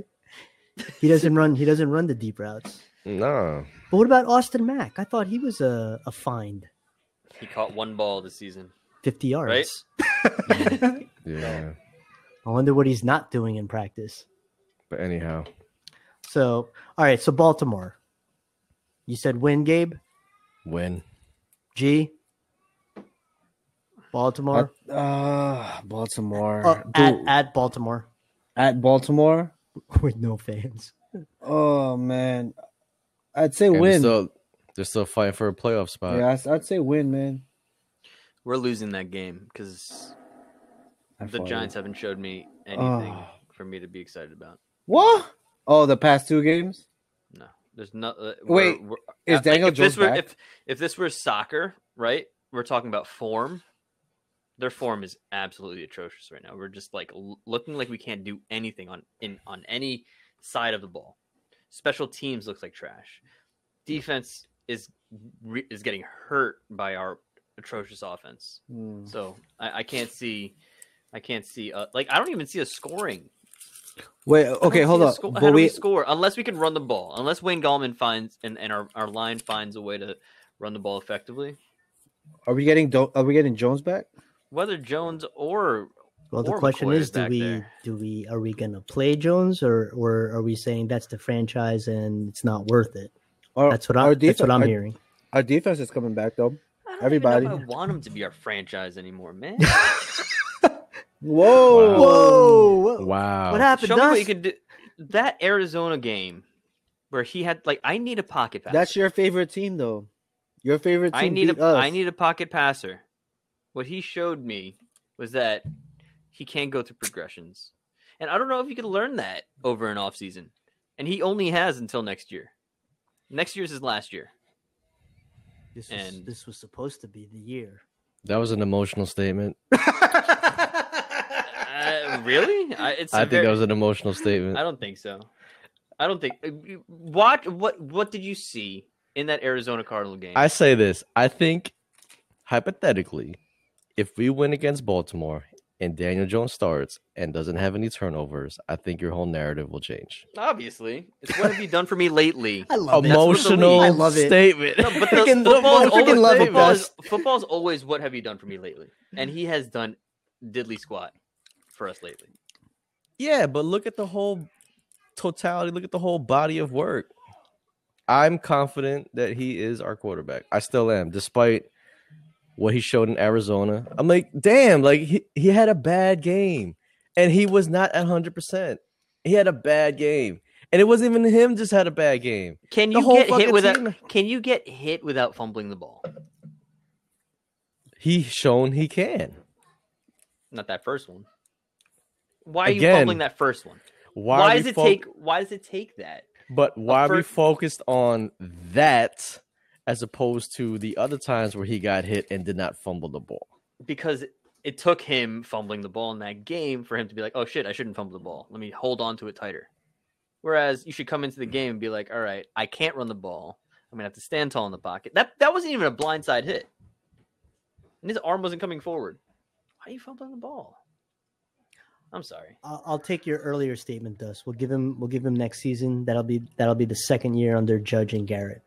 He doesn't run. He doesn't run the deep routes. no. But what about Austin Mack? I thought he was a, a find, He caught one ball this season. fifty yards. Right? Yeah. I wonder what he's not doing in practice. But anyhow. So, all right. So Baltimore. You said win, Gabe. When? G. Baltimore. Uh, Baltimore. Uh, at, Dude, at, at Baltimore Baltimore. with no fans. Oh man, I'd say And win. They're still, they're still fighting for a playoff spot. yeah, I'd, I'd say win, man. We're losing that game because I the follow you. Giants haven't showed me anything Oh. for me to be excited about. What? Oh, the past two games. No, there's no. Uh, Wait, we're- is uh, Daniel if this Jones were, back? If, if this were soccer, right? We're talking about form. Their form is absolutely atrocious right now. We're just like l- looking like we can't do anything on in on any side of the ball. Special teams looks like trash. Defense is re- is getting hurt by our atrocious offense. Hmm. So I, I can't see, I can't see. Uh, like I don't even see a scoring Wait. I don't Okay, see hold us up. sco- how but do we, we. score unless we can run the ball. Unless Wayne Gallman finds and, and our, our line finds a way to run the ball effectively. Are we getting? Do- Are we getting Jones back? Whether Jones or Well, the Or question McCoy is, is do back we there. do we are we going to play Jones or or are we saying that's the franchise and it's not worth it? Oh, Or, That's what I'm. that's what I'm our, hearing. Our defense is coming back though. I don't Everybody. even know if I want him to be our franchise anymore, man. Whoa! Wow. Whoa! Wow. What happened? Show me what you Dust? can do. That Arizona game where he had like I need a pocket passer. That's your favorite team though. Your favorite team. I need beat a I us. need a pocket passer. What he showed me was that he can go through progressions. And I don't know if you can learn that over an offseason. And he only has until next year. Next year's his last year. This was, and- this was supposed to be the year. That was an emotional statement. Uh, really? I, it's I a think very- that was an emotional statement. I don't think so. I don't think uh, you- what what what did you see in that Arizona Cardinal game? I say this. I think hypothetically, if we win against Baltimore and Daniel Jones starts and doesn't have any turnovers, I think your whole narrative will change. Obviously, it's what have you done for me lately? I love it. Emotion- Emotional I love it. statement. No, but the, Freaking- football, is freaking always, love it, football, is, Best. football is always what have you done for me lately? And he has done diddly squat for us lately. Yeah, but look at the whole totality. Look at the whole body of work. I'm confident that he is our quarterback. I still am, despite what he showed in Arizona. I'm like, damn, like he, he had a bad game and he was not at 100%. He had a bad game. And it wasn't even him just had a bad game. Can The you whole get hit fucking without? team. Can you get hit without fumbling the ball? He shown he can. Not that first one. Why are you Again. fumbling that first one? Why, Why, are we does it fo- take? Why does it take that? But why are we fir- focused on that as opposed to the other times where he got hit and did not fumble the ball? Because it took him fumbling the ball in that game for him to be like, "Oh shit, I shouldn't fumble the ball. Let me hold on to it tighter." Whereas you should come into the game and be like, "All right, I can't run the ball. I'm gonna have to stand tall in the pocket." That that wasn't even a blindside hit, and his arm wasn't coming forward. Why are you fumbling the ball? I'm sorry. I'll, I'll take your earlier statement, Dust. We'll give him. We'll give him next season. That'll be that'll be the second year under Judge and Garrett.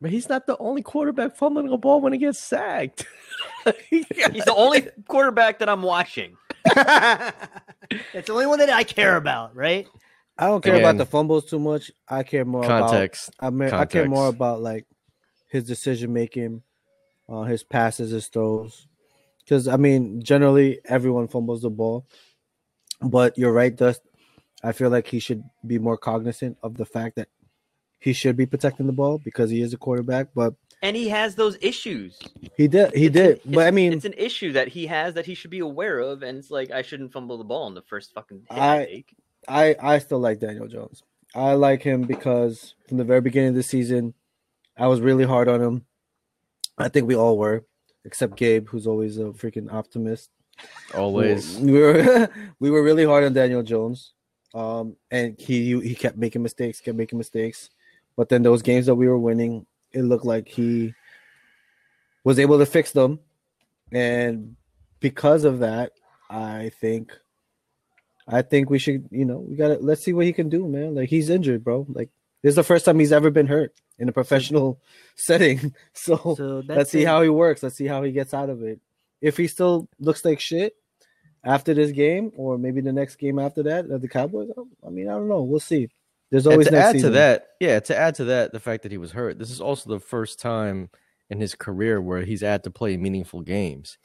But he's not the only quarterback fumbling a ball when he gets sacked. He's the only quarterback that I'm watching. It's the only one that I care about, right? I don't care Again. about the fumbles too much. I care more about Context. I mean, I care more Context. about like his decision making, uh, his passes, his throws. Because I mean, generally everyone fumbles the ball, but you're right, Dust. I feel like he should be more cognizant of the fact that he should be protecting the ball because he is a quarterback. But And he has those issues. he did, It's he an- did. it's- But I mean, it's an issue that he has that he should be aware of, and it's like I shouldn't fumble the ball in the first fucking hit I, I- take. I I still like Daniel Jones. I like him because from the very beginning of the season, I was really hard on him. I think we all were, except Gabe, who's always a freaking optimist. Always. we were we were really hard on Daniel Jones, um, and he he kept making mistakes, kept making mistakes. But then those games that we were winning, it looked like he was able to fix them, and because of that, I think, I think we should you know we gotta let's see what he can do, man. Like he's injured, bro. Like this is the first time he's ever been hurt in a professional setting, Oh, so So that's Let's see it. how he works. Let's see how he gets out of it. If he still looks like shit after this game, or maybe the next game after that, at the Cowboys. um, I mean, I don't know. We'll see. There's And always to next add season. to that, yeah, to add to that, the fact that he was hurt. This is also the first time in his career where he's had to play meaningful games.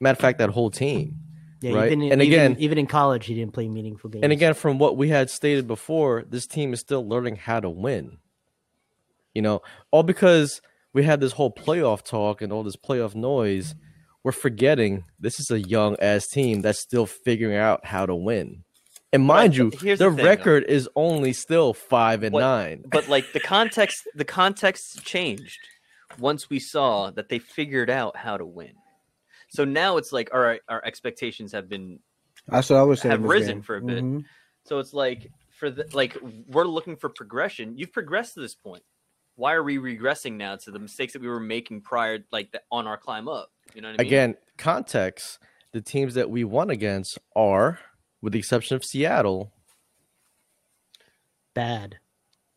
Matter of fact, that whole team. Yeah, right? even in, And even- again- even in college, he didn't play meaningful games. And again, from what we had stated before, this team is still learning how to win. You know, all because we had this whole playoff talk and all this playoff noise, we're forgetting this is a young ass team that's still figuring out how to win. And mind but you, here's their the thing, though. record is only still five and What- nine. But like the context, the context changed once we saw that they figured out how to win. So now it's like, all right, our expectations have been That's what I was saying. have this risen game. for a bit. Mhm. So it's like for the like we're looking for progression. You've progressed to this point. Why are we regressing now to the mistakes that we were making prior, like the, on our climb up? You know what I mean? Again, context the teams that we won against are, with the exception of Seattle, bad.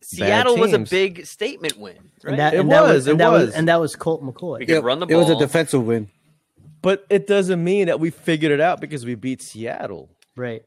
Seattle was a teams. big statement win, right? And that, It and that was, it and that was, was. and that was Colt McCoy. We could run the It was a ball. defensive win. but it doesn't mean that we figured it out because we beat Seattle. Right.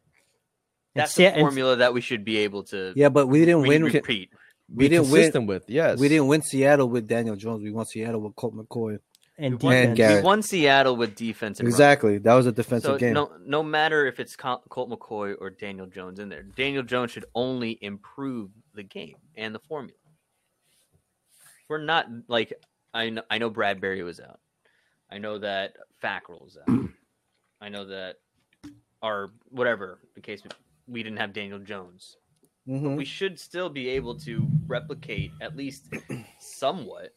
And That's Sa- the and- formula that we should be able to Yeah, but we didn't re- win. repeat. we didn't win. consistent with. Yes, We didn't win Seattle with Daniel Jones. We won Seattle with Colt McCoy. And, We won- Man, defense. Garrett. We won Seattle with defense and run. Exactly. That was a defensive So game. no, no matter if it's Col- Colt McCoy or Daniel Jones in there, Daniel Jones should only improve the game and the formula. We're not like I know, I know Bradbury was out. I know that Fackrell was out. I know that our whatever the case we didn't have Daniel Jones. Mhm. we should still be able to replicate at least somewhat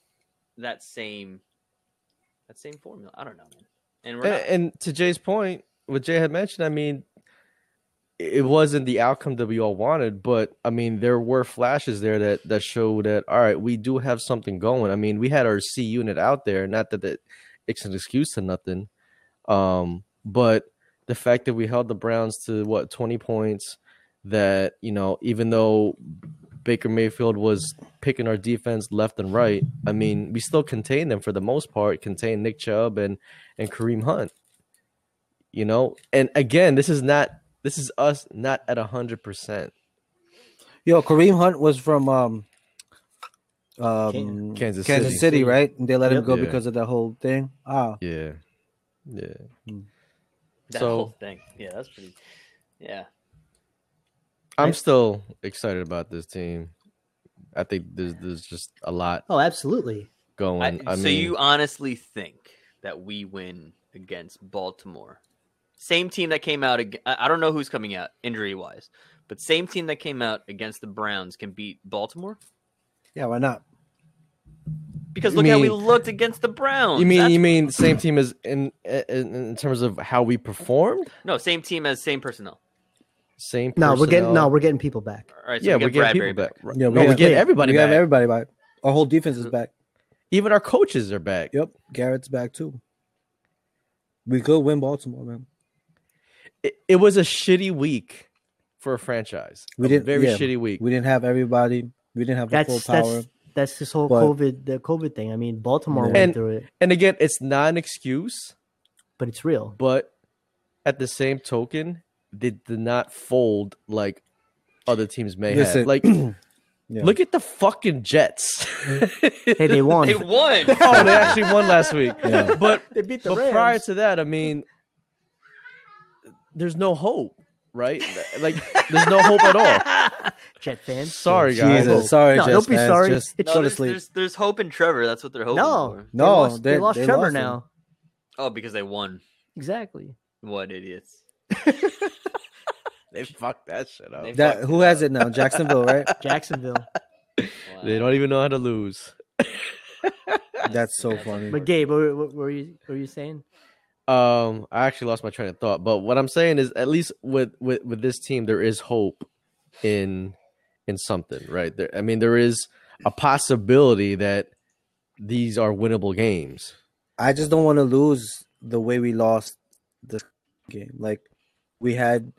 that same that same formula. I don't know, man. And we're And, not, and to Jay's point, what Jay had mentioned, I mean, it wasn't the outcome that we all wanted, but I mean, there were flashes there that that show that all right, we do have something going. I mean, we had our C unit out there, not that that it's an excuse to nothing, um, but the fact that we held the Browns to what twenty points, that you know, even though Baker Mayfield was picking our defense left and right, I mean, we still contained them for the most part, contained Nick Chubb and and Kareem Hunt. You know, and again, this is not this is us not at hundred percent. Yo, Kareem Hunt was from um, um Kansas City. City, right? And they let him Yep. go Yeah. because of that whole thing. Ah, Yeah, yeah. that so- whole thing. Yeah, that's pretty. Yeah, I'm Right. still excited about this team. I think there's there's just a lot Oh, absolutely. I, going. I, mean, so you honestly think that we win against Baltimore, same team that came out. ag- I I don't know who's coming out injury wise, but same team that came out against the Browns can beat Baltimore Yeah, why not? because You look how we mean- looked against the Browns. You mean That's- you mean same team as in, in in terms of how we performed? no same team as same personnel? Same. No, we're getting no, personnel? we're getting people back. All right, so yeah, we we're get getting Bradbury people back. back. Yeah, no, we we're got- getting everybody we back. have everybody back. Our whole defense is back. Even our coaches are back. Yep, Garrett's back too. We could win Baltimore, man. It, it was a shitty week for a franchise. We a didn't- very yeah, shitty week. We didn't have everybody. We didn't have the full That's power. that's that's this whole But- COVID the COVID thing. I mean, Baltimore Yeah. went And- through it, and again, it's not an excuse. but it's real. but at the same token, they did not fold like other teams may Listen. have. Like, look at the fucking Jets. Hey, they won. They won. oh, they actually won last week. Yeah. But They beat but prior to that, I mean, there's no hope, right? Like, there's no hope at all. Jet fans. Sorry, guys. Jesus, sorry, No, Jets don't be fans, sorry. Just It's- No, go to there's, sleep. there's, there's hope in Trevor. That's what they're hoping No, for. they No, lost, they they- lost they Trevor lost him. now. Oh, because they won. Exactly. What idiots? They fucked that shit up. They That fucked who has it now? Jacksonville, right? Jacksonville. Wow. They don't even know how to lose. That's so funny. but Gabe, what, what, were you what were you saying? Um, I actually lost my train of thought, but what I'm saying is, at least with with with this team, there is hope in in something, right? There, I mean, there is a possibility that these are winnable games. I just don't want to lose the way we lost the game. Like we had,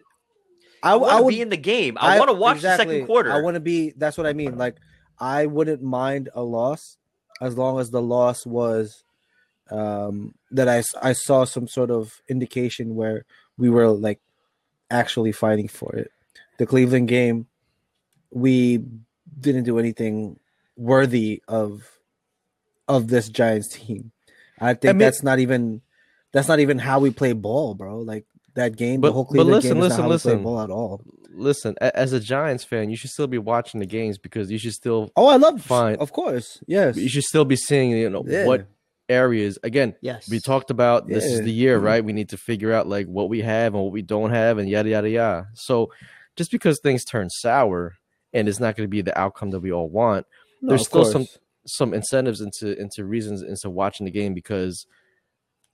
I, I, w- want I to would be in the game. I, want to watch the exactly. second quarter. I want to be. That's what I mean. Like I wouldn't mind a loss as long as the loss was um that I s- I saw some sort of indication where we were like actually fighting for it. The Cleveland game, we didn't do anything worthy of of this Giants team. I think mean- that's not even that's not even how we play ball, bro. Like that game, But- the whole but Cleveland listen, game is listen, not how we listen. play ball at all. Listen, a- as a Giants fan, you should still be watching the games because you should still Oh, I love Fine. fine. Of course, yes. you should still be seeing you know Yeah. what areas again Yes. we talked about this is Yeah. the year, right? We need to figure out like what we have and what we don't have, and yada yada yada. So, just because things turn sour and it's not going to be the outcome that we all want, No, there's of still some- course. some incentives into into reasons into watching the game because,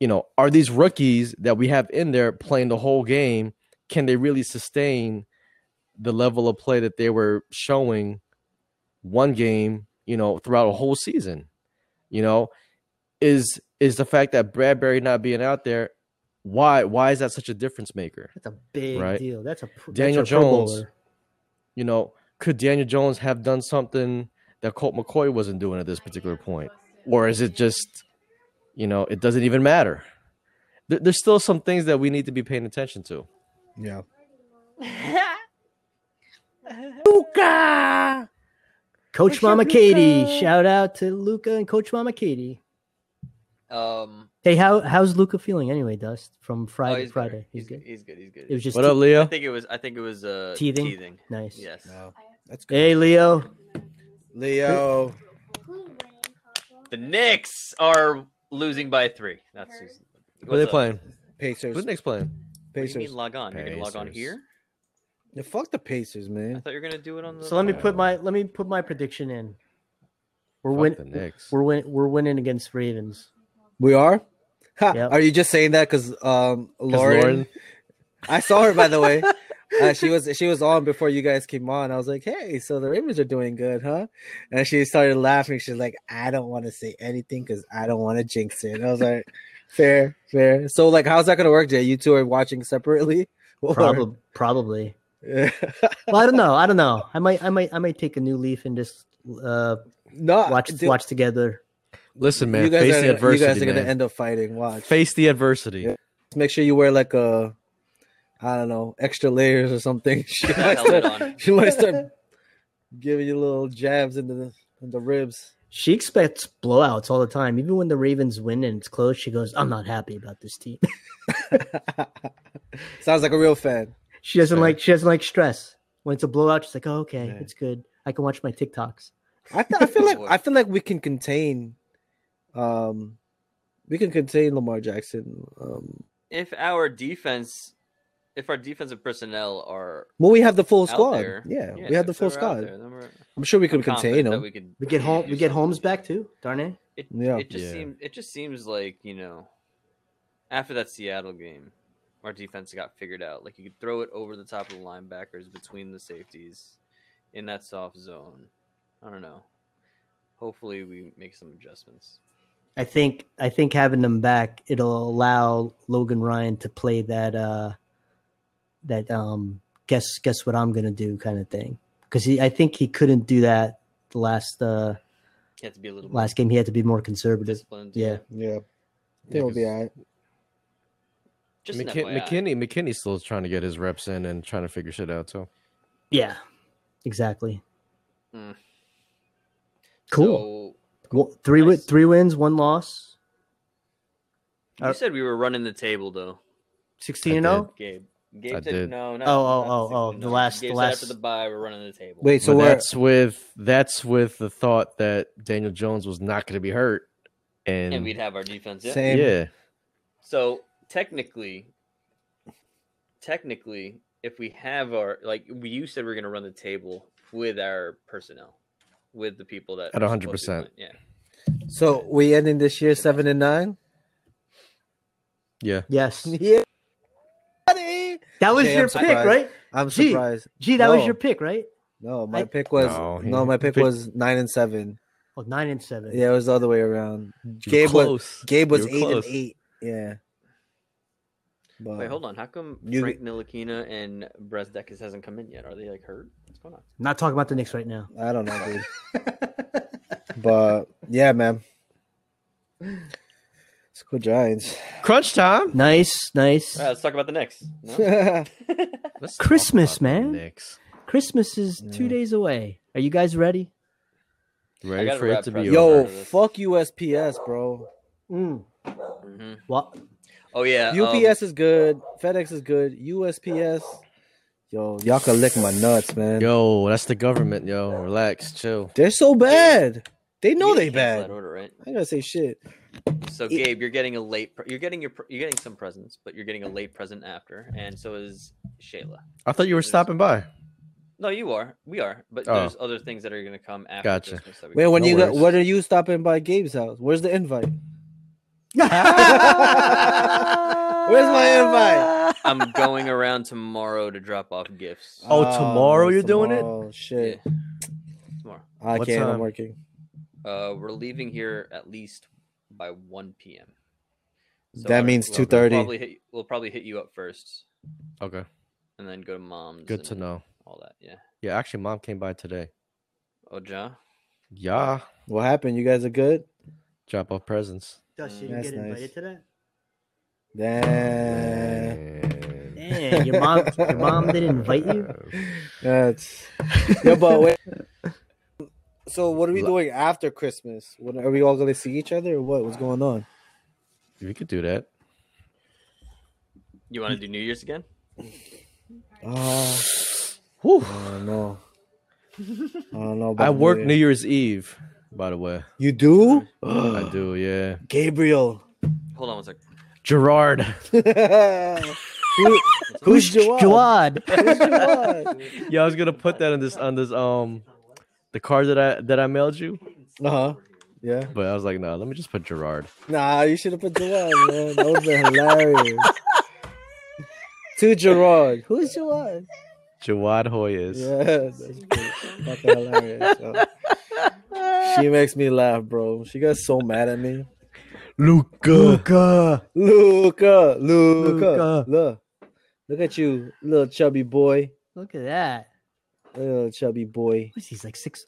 you know, are these rookies that we have in there playing the whole game? Can they really sustain the level of play that they were showing one game? You know, throughout a whole season, you know, is is the fact that Bradbury not being out there. Why why is that such a difference maker? That's a big Right. deal. That's a pr- that's Daniel a Pro Jones. Bowler. You know, could Daniel Jones have done something that Colt McCoy wasn't doing at this particular point, or is it just, you know, it doesn't even matter? There, there's still some things that we need to be paying attention to. Yeah. Coach Mama Katie. Shout out to Luca and Coach Mama Katie. um, Hey, how how's Luca feeling anyway, Dust? From oh, Friday he's Friday. Good. He's, good. He's good. He's It good. was just What up, I Leo? think it was. I think it was uh, Teething? teething. nice. Yes. That's Eh. good. Hey Leo. Leo. The Knicks are losing by three. That's who's- What are what's they up? playing? Pacers. Who's next playing? What do you Pacers. mean log on? You're gonna log on Pacers. here? Yeah, fuck the Pacers, I man. thought you were gonna do it on the. So let me put my let me put my prediction in. We're Fuck the winning. Knicks. We're win- we're winning against Ravens. We are? Ha, Yep. Are you just saying that because um, 'Cause Lauren, I saw her by the way. Uh, she was she was on before you guys came on. I was like, "Hey, so the Ravens are doing good, huh?" And she started laughing. She's like, "I don't want to say anything because I don't want to jinx it." And I was like, "Fair, fair." So like, how's that gonna work, Jay? You two are watching separately? Or- Probably probably. Yeah. Well, I don't know. I don't know. I might I might I might take a new leaf and just uh no, watch dude, watch together. Listen, man, you guys face are, the You guys adversity. are gonna man. end up fighting. Watch. Face the adversity. Yeah. Make sure you wear like a, I don't know, extra layers or something. She might helmet start- on. She might start giving you little jabs in the in the ribs. She expects blowouts all the time. Even when the Ravens win and it's close, she goes, "I'm not happy about this team." Sounds like a real fan. she doesn't Fair. like she doesn't like stress. When it's a blowout, she's like, "Oh, okay, Yeah. it's good. I can watch my TikToks." I, th- I feel like I feel like we can contain, um, we can contain Lamar Jackson. Um, if our defense, if our defensive personnel are Well, we have the full out squad. there, Yeah, we have the if full they're out squad. there, then we're- I'm sure we I'm could contain confident that them. We, could, We get could home. do We get something. Holmes back too. Darn it! It, Yeah. it just Yeah. seems it just seems like you know, after that Seattle game, our defense got figured out. Like you could throw it over the top of the linebackers between the safeties in that soft zone. I don't know. Hopefully, we make some adjustments. I think I think having them back it'll allow Logan Ryan to play that uh that um guess guess what I'm gonna do kind of thing because he I think he couldn't do that the last uh You have to be a little more last game he had to be more conservative. disciplined. Yeah. Yeah, they'll be all right. Just an McKin- FYI. McKinney, McKinney's still trying to get his reps in and trying to figure shit out. So Yeah, exactly. Mm. Cool. So, Well, three wi- nice. three wins, one loss, You Uh, said we were running the table though, sixteen I and oh? zero. Gabe. Gabe I said did. no. Not, Oh, oh, not oh, oh, 16, the no. last- Gabe the said last- after the bye, we're running the table. Wait, so But we're that's with that's with the thought that Daniel Jones was not going to be hurt, and, and we'd have our defense. Yeah. same. yeah, So technically, technically, if we have our like we you said, we're going to run the table with our personnel, with the people that At are 100%. supposed to be playing. So we ending this year seven and nine. yeah. Yes, Yeah, that was Jay, your I'm pick, surprised. right? I'm Gee. surprised. Gee, that was No. your pick, right? No, my I- pick was No, no, he- my pick pick- was nine and seven. Oh, nine and seven. Yeah, it was the other way around. You Gabe were was close. Gabe was You were eight close. and eight. Yeah. But, Yeah. Wait, hold on. How come You- Frank Nilakina and Brezdekas hasn't come in yet? Are they like hurt? What's going on? Not talking about the Knicks right now. I don't know, dude. but yeah, man. Let's go Giants. Crunch time. Nice, nice. All right, let's talk about the Knicks. No? Let's talk Christmas, about the man. Knicks. Christmas is two Yeah. days away. Are you guys ready? Ready gotta for it wrap to it be up. over. Yo, fuck USPS, bro. Mm. Mhm. Well, Oh yeah, um, UPS is good. FedEx is good. USPS. Yo, y'all can lick my nuts, man. Yo, that's the government. Yo, relax, chill. They're so bad. They know you they cancel bad. That order, right? I ain't gotta say shit. So Gabe, you're getting a late. Pre- you're getting your. Pre- you're getting some presents, but you're getting a late present after, and so is Shayla. I thought you were stopping by. No, you are. We are. But Oh. there's other things that are going to come after Gotcha. Christmas. That we Wait, when No you got, worries. when are you stopping by Gabe's house? Where's the invite? Uh, Where's my invite? I'm going around tomorrow to drop off gifts. Oh, tomorrow you're doing it? Oh shit! Yeah, tomorrow. I What can't. time? I'm working. Uh, we're leaving here at least by 1 p.m. That we're- means we'll- 2:30. We'll probably, hit, we'll probably hit you up first, Okay, and then go to mom's. good to and know. All that, yeah. Yeah, actually, mom came by today. Oh, John. Yeah, What happened? You guys are good. drop off presents. Dusty, you That's get invited nice. to that? Damn. And- Damn, your mom, your mom didn't invite you. That's. Yo, but wait. So what are we La- doing after Christmas? What, are we all gonna see each other or what? What's going on? We could do that. You want to do New Year's again? Oh, I don't know. I don't know. I about work you. New Year's Eve, by the way. You do, I do, yeah. Gabriel. Hold on one sec. Gerard. Who- who's Jawad? Jawad? Who's Jawad? Yeah, I was gonna put that on this on this um the card that I that I mailed you, Uh huh. Yeah. but I was like, no, let me just put Gerard. Nah, you should have put Jawad, man. That would have been hilarious. to Gerard. Who's Gerard? Jawad Hoyas. Yes. that's pretty Fucking hilarious. yo. She makes me laugh, bro. She got so mad at me. Luca. Luca. Luca, Luca, Luca. look, look at you, little chubby boy, Look at that. little chubby boy. What's he, he's like six?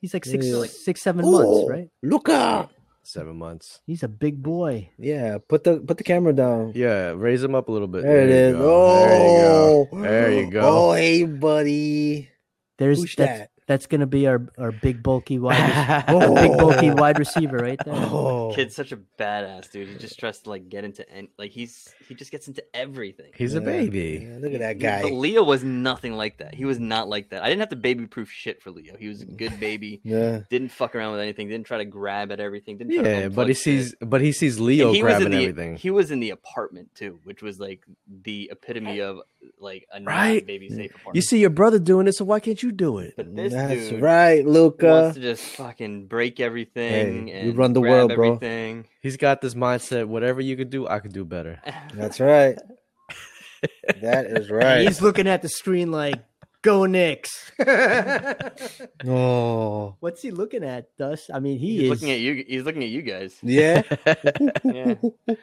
He's like six, Yeah. six, seven months, right? Luca. Seven months. He's a big boy. Yeah, put the put the camera down. Yeah, raise him up a little bit. There it is. you go. Oh, There you go. There you go. Oh, hey, buddy. There's Who's that's, that? That's gonna be our, our big bulky wide rec- our Oh. big bulky wide receiver right there. Oh, Kid's such a badass dude. He just tries to like get into any, like he's he just gets into everything. he's a Yeah. baby. Yeah, look at that He- guy. but Leo was nothing like that. He was not like that. I didn't have to baby proof shit for Leo. He was a good baby. Yeah. didn't fuck around with anything. Didn't try to grab at everything. Didn't try to Yeah, but unplug he shit. sees, but he sees And Leo he was in grabbing the, everything. He was in the apartment too, which was like the epitome of like a Right? not baby safe apartment. You see your brother doing it, so why can't you do it? but this That's dude right, wants Luca. to just fucking break everything Hey, and you run the grab world, bro. everything. He's got this mindset: whatever you could do, I could do better. That's right. That is right. He's looking at the screen like, "Go Knicks." oh. What's he looking at, Dust? I mean, he he's is looking at you. He's looking at you guys. Yeah. Yeah,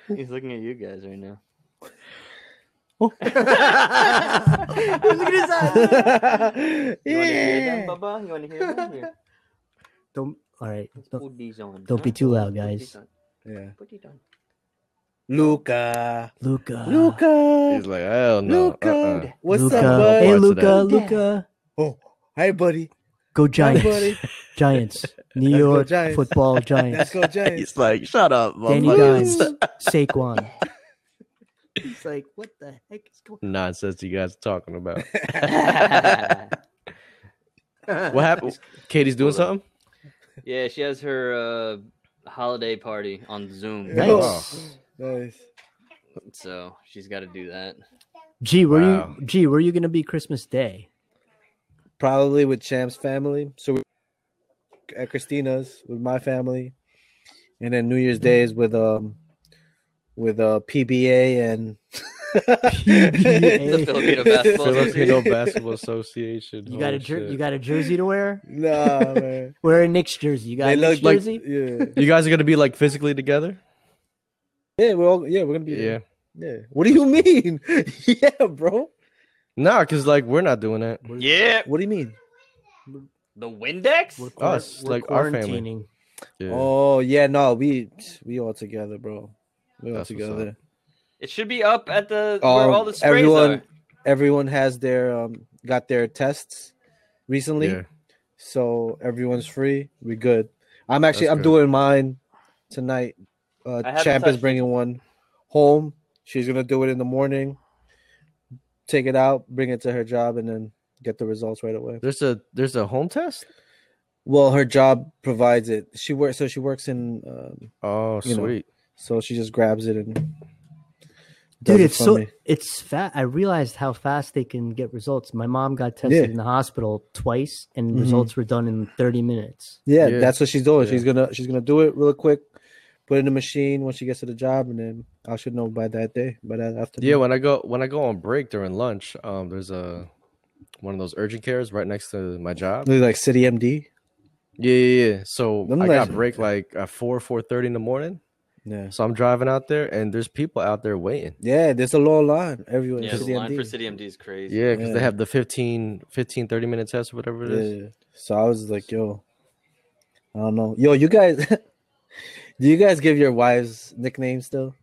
he's looking at you guys right now. Look at his eyes. You want to hear yeah. them, Bubba? You want to hear them? Here, Don't. All right. let's Don't, put these on. don't be huh? too loud, Put guys. these on. yeah. Put these on. Luca. Luca. He's Luca. like, hell no. Luca. uh-uh." What's Luca. up, bud? Hey, Watch it Luca. out. Luca. Oh, hi, buddy. Go Hi, Giants. buddy. Giants. New Let's go York Giants. football Let's Giants. go, Giants. He's like, shut up, Danny motherfucker." Dimes. Saquon. He's like, what the heck is going Nonsense you guys are talking about. yeah, What happened? Katie's doing Hold on. something? she has her uh, holiday party on Zoom. Nice. Nice. So she's got to do that. Gee, were Wow. you? Gee, were you gonna be Christmas Day? Probably with Champ's family. So we at Christina's with my family, and then New Year's Day is with um with uh PBA and PBA. The Filipino basketball Filipino Basketball Association. You got a Holy jer- Oh, shit. you got a jersey to wear. Nah, man. Wear a Knicks jersey. You got they a Knicks look like jersey. yeah. You guys are gonna be like physically together? Yeah, we're all yeah, we're gonna be Yeah. yeah. yeah. What do you mean? yeah, bro. Nah, cause like we're not doing that. Yeah, What do you mean? the Windex. We're Us, we're like our family. quarantining. Yeah. Oh yeah, no, we we all together, bro. We all That's what's up. together. It should be up at the where Um, all the sprays everyone- are. Everyone has their um got their tests recently, yeah. so everyone's free. We good. I'm actually That's I'm good. doing mine tonight. I Uh, haven't Champ is touched- bringing one home. She's gonna do it in the morning. Take it out, bring it to her job, and then get the results right away. There's a there's a home test? Well, her job provides it. She works, so she works in. Um, Oh You know. sweet. so she just grabs it and. does Dude, it it's for so me. it's fat. I realized how fast they can get results. My mom got tested Yeah. in the hospital twice, and Mm-hmm. Mhm. results were done in 30 minutes. Yeah, Yeah. that's what she's doing. Yeah. She's gonna she's gonna do it real quick, put it in the machine when she gets to the job, and then I should know by that day, by that afternoon. Yeah, when I go when I go on break during lunch, um there's a one of those urgent cares right next to my job. Look like City MD. Yeah, yeah, yeah. So Them I nice- got break like at four, four thirty in the morning. Yeah, So I'm driving out there, and there's people out there waiting. yeah. There's a long line everywhere. Yeah, Yeah, the City line MD. for City MD is crazy. Yeah, because Yeah. they have the 15, 15, 30 minute test, whatever it is. Yeah. So I was like, yo, I don't know, yo, you guys. Do you guys give your wives nicknames still?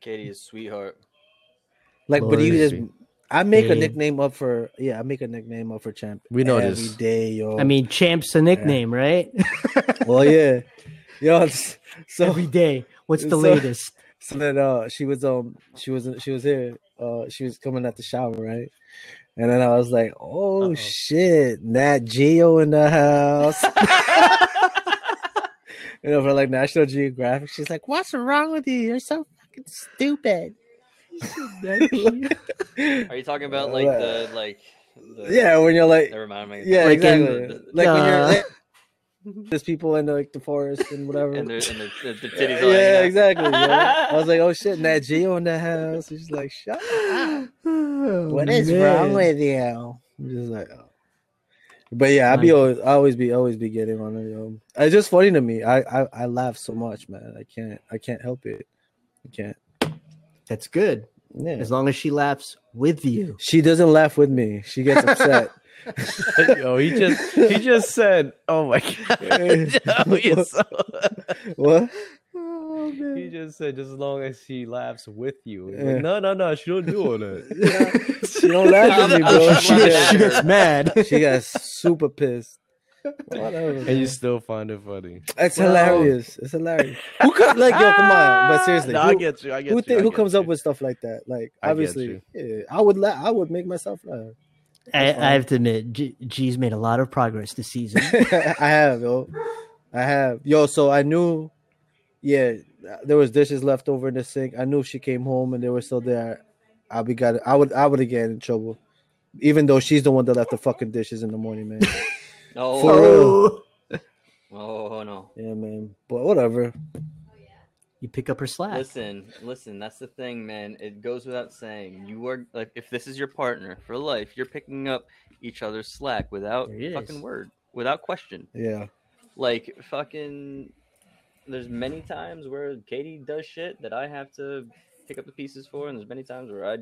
Katie is sweetheart. Like, but you Lord. just, I make a Babe. nickname up for, yeah, I make a nickname up for champ. We know every this. day, yo. I mean, champ's a nickname, right? well, yeah, yo. it's- So Every day. What's the so- latest? so then uh she was um she was she was here uh she was coming out the shower right and then i was like oh Uh-oh. shit nat geo in the house you know for like national geographic she's like what's wrong with you you're so fucking stupid Are you talking about like the like? The, yeah when you're like Never mind. I'm yeah Like in- exactly like when you're Uh. like, there's people in like the forest and whatever And, the, and the, the, the titties. yeah, yeah, are hanging out. exactly yo. i was like oh shit nat geo in the house she's like shut up What is wrong with you? I'm just like, oh. but yeah, I be Nice. always, I always be always be getting on it. Yo. It's just funny to me. I, I I laugh so much, man. I can't I can't help it. I can't. That's good. Yeah. As long as she laughs with you. She doesn't laugh with me. She gets upset. Yo, he just he just said, "Oh my god, Yo, you're so- what? Oh man. He just said, just as long as she laughs with you. He's like, Yeah. no, no, no, she don't do all that. She don't laugh at me, bro. She gets- she gets mad. She got super pissed. Whatever. and you man. still find it funny. It's Well- hilarious. It's hilarious. Who co- like yo? Come on, but seriously, Nah, Ah. I who, get you. I get who, you, thi- I who get comes you. up with stuff like that? Like I get obviously, yeah, I would laugh. I would make myself laugh. I, That's fine. I have to admit, G- G's made a lot of progress this season. I have yo, I have yo. So I knew, yeah, there was dishes left over in the sink. I knew if she came home and they were still there. I'd be got. I would. I would get in trouble, even though she's the one that left the fucking dishes in the morning, man. Oh, For real. oh no. Yeah, man. But whatever. you pick up her slack. Listen, listen, that's the thing, man. It goes without saying. You are like if this is your partner for life, you're picking up each other's slack without There it fucking is. word, without question. Yeah. Like fucking there's many times where Katie does shit that I have to pick up the pieces for, and there's many times where I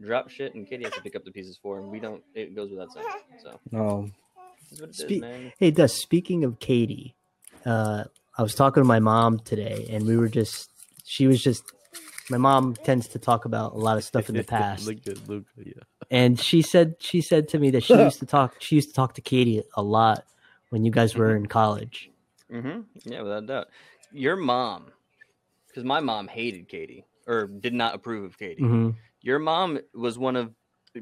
drop shit and Katie has to pick up the pieces for, and we don't it goes without saying. So No. this is what it is, Speak- man. Hey, Dust, speaking of Katie, uh, I was talking to my mom today, and we were just, she was just, my mom tends to talk about a lot of stuff in the past. Look good, look good, yeah. and she said she said to me that she used to talk she used to talk to Katie a lot when you guys were in college. hmm Yeah, without doubt. Your mom, because my mom hated Katie or did not approve of Katie. Mm-hmm. Mhm. Your mom was one of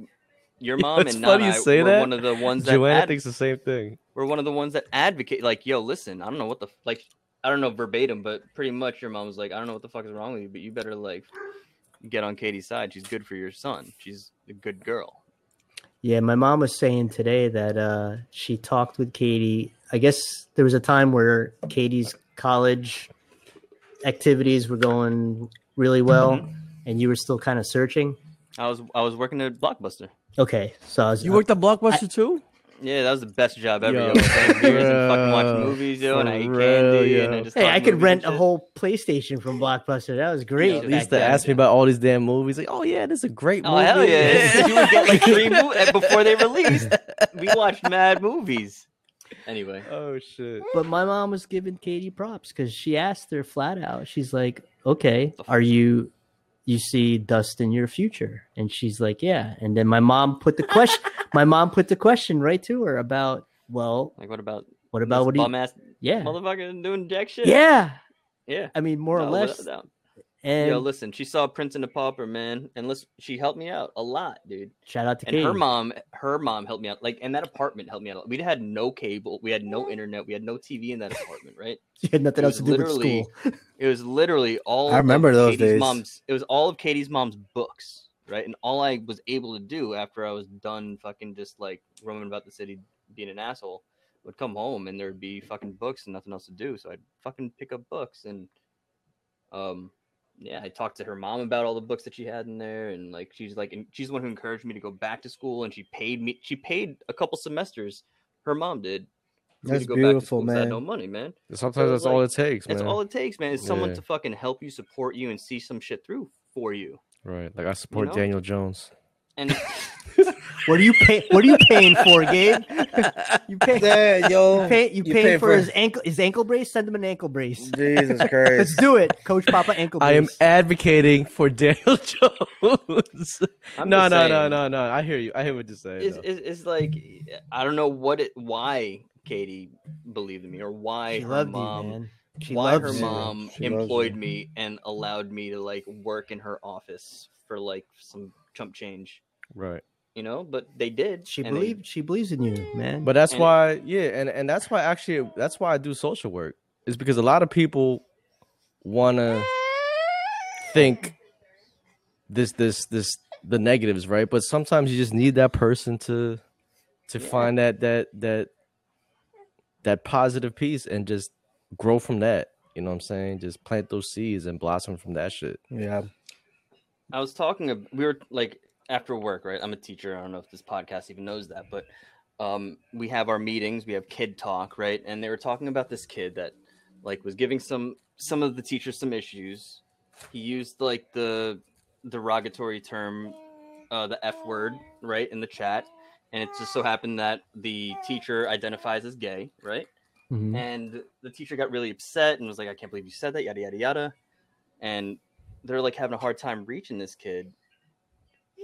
your Yeah, mom it's and funny Nana you say were that. one of the ones that Joanna ad- thinks the same thing. were one of the ones that advocate like, yo, listen, I don't know what the f- like, I don't know verbatim, but pretty much your mom was like, I don't know what the fuck is wrong with you, but you better like get on Katie's side. She's good for your son. She's a good girl. Yeah, my mom was saying today that uh, she talked with Katie. I guess there was a time where Katie's college activities were going really well, Mm-hmm. and you were still kind of searching. I was I was working at Blockbuster. Okay, so I was, You worked at Blockbuster too? Yeah, that was the best job ever. Yo. Yo, I drank beers and fucking Bro, watched movies, yo, and I for ate real, candy, and yo. I just hey, talked I could movies and rent a shit. whole PlayStation from Blockbuster. That was great. Yeah, at At back least least they they then. asked ask me about all these damn movies. Like, oh yeah, this is a great Oh movie. hell yeah! you would get like three movies before they released. We watched mad movies. Anyway, oh shit. But my mom was giving Katie props because she asked her flat out. She's like, "Okay, are you, you see dust in your future?" And she's like, "Yeah." And then my mom put the question. my mom put the question right to her about, well, like what about what about what do bum you? ass Yeah, motherfucker doing jack shit? yeah. yeah. I mean, more or No, less. without doubt. And Yo, listen, she saw Prince and the Pauper, man, and listen, she helped me out a lot, dude. shout out to And Katie. her mom, her mom helped me out, like, and that apartment helped me out. We had no cable, we had no internet, we had nothing TV in that apartment, right? she had nothing it else to was do with literally- school. It was literally all. I of remember those Katie's days. Mom's. It was all of Katie's mom's books, right? And all I was able to do after I was done fucking just like roaming about the city, being an asshole, would come home and there'd be fucking books and nothing else to do. So I'd fucking pick up books and, um, yeah, I talked to her mom about all the books that she had in there, and like she's like, and she's the one who encouraged me to go back to school, and she paid me. She paid a couple semesters. Her mom did. for me That's to go back to beautiful, school 'cause I had man. No money, man. Sometimes that's all it takes, man. That's all it takes, man. Is someone Yeah. to fucking help you, support you, and see some shit through for you. right. Like I support know? Daniel Jones. And What are you pay? What are you paying for, Gabe? You pay. Yeah, You yo. pay, you You pay pay for, for- his ankle his ankle brace. Send him an ankle brace. Jesus Let's Christ. do it, Coach Papa ankle brace. I am advocating for Daniel Jones. I'm no, just no, no, saying, no, no. I hear you. I hear what you're saying. It's, though. it's, it's like I don't know what it, why Katie believed in me or why she her loved mom you, man. She why her loves you. mom She loves employed you. me and allowed me to like work in her office for like some chump change, Right. you know. But they did. She and they- believed. She believes in you, man. But that's And- why, yeah, and and that's why actually that's why I do social work is because a lot of people want to think this this this the negatives, right? But sometimes you just need that person to to Yeah. find that that that that positive piece and just grow from that. You know what I'm saying? Just plant those seeds and blossom from that shit. Yeah. I was talking. Ab- we were like after work, right? I'm a teacher. I don't know if this podcast even knows that, but um, we have our meetings. We have kid talk, right? And they were talking about this kid that like was giving some some of the teachers some issues. He used like the derogatory term, uh, the f word, right, in the chat. And it just so happened that the teacher identifies as gay, right? Mhm. And the teacher got really upset and was like, I can't believe you said that, yada, yada, yada. and they're like having a hard time reaching this kid.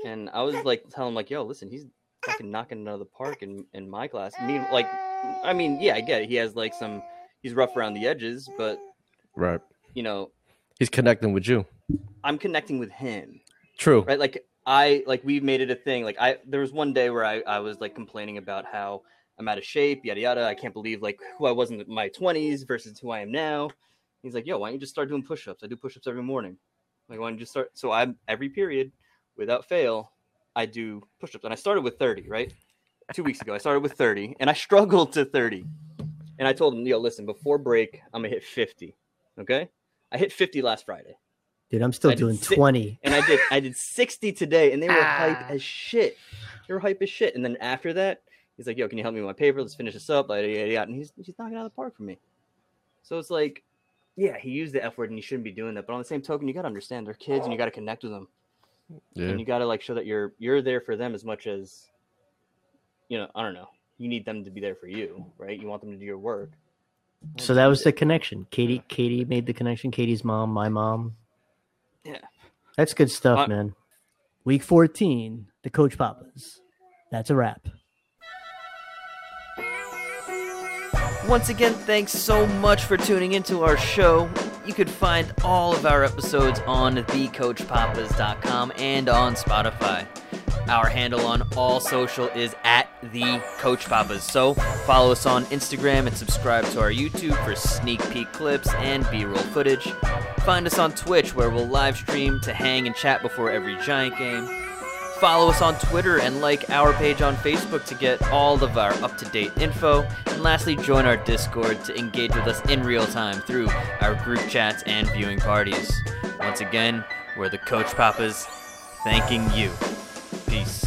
And I was like telling him like, "Yo, listen, he's fucking knocking it out of the park in in my class." Me, like, I mean, yeah, I get it. He has like some, he's rough around the edges, but Right. you know, He's connecting with you. I'm connecting with him. True. right like i like we've made it a thing like i there was one day where i i was like complaining about how i'm out of shape yada yada i can't believe like who i was in my 20s versus who i am now he's like yo why don't you just start doing push-ups i do push-ups every morning like why don't you just start so i'm every period without fail i do push-ups and i started with 30 right two weeks ago i started with 30 and i struggled to 30 and i told him yo listen before break i'm gonna hit 50 okay i hit 50 last friday Dude, I'm still I did doing si- 20. and I did I did 60 today and they were hype as shit. They were hype as shit. And then after that, he's like, yo, can you help me with my paper? Let's finish this up. Yada, yada, yada. And he's he's knocking it out of the park for me. So it's like, yeah, he used the F word and he shouldn't be doing that. But on the same token, you gotta understand they're kids and you gotta connect with them. Yeah. And you gotta like show that you're you're there for them as much as you know, I don't know. You need them to be there for you, right? You want them to do your work. So that was the connection. Katie Katie made the connection. Katie's mom, my mom. Yeah. That's good stuff, Uh, man. Week 14, the Coach Papas. That's a wrap. Once again, thanks so much for tuning into our show. You could find all of our episodes on thecoachpapas.com and on Spotify. Our handle on all social is at the Coach Papas. So follow us on Instagram and subscribe to our YouTube for sneak peek clips and B-roll footage. Find us on Twitch where we'll live stream to hang and chat before every Giant game. Follow us on Twitter and like our page on Facebook to get all of our up to date info. And lastly, join our Discord to engage with us in real time through our group chats and viewing parties. Once again, we're the Coach Papas thanking you. Peace.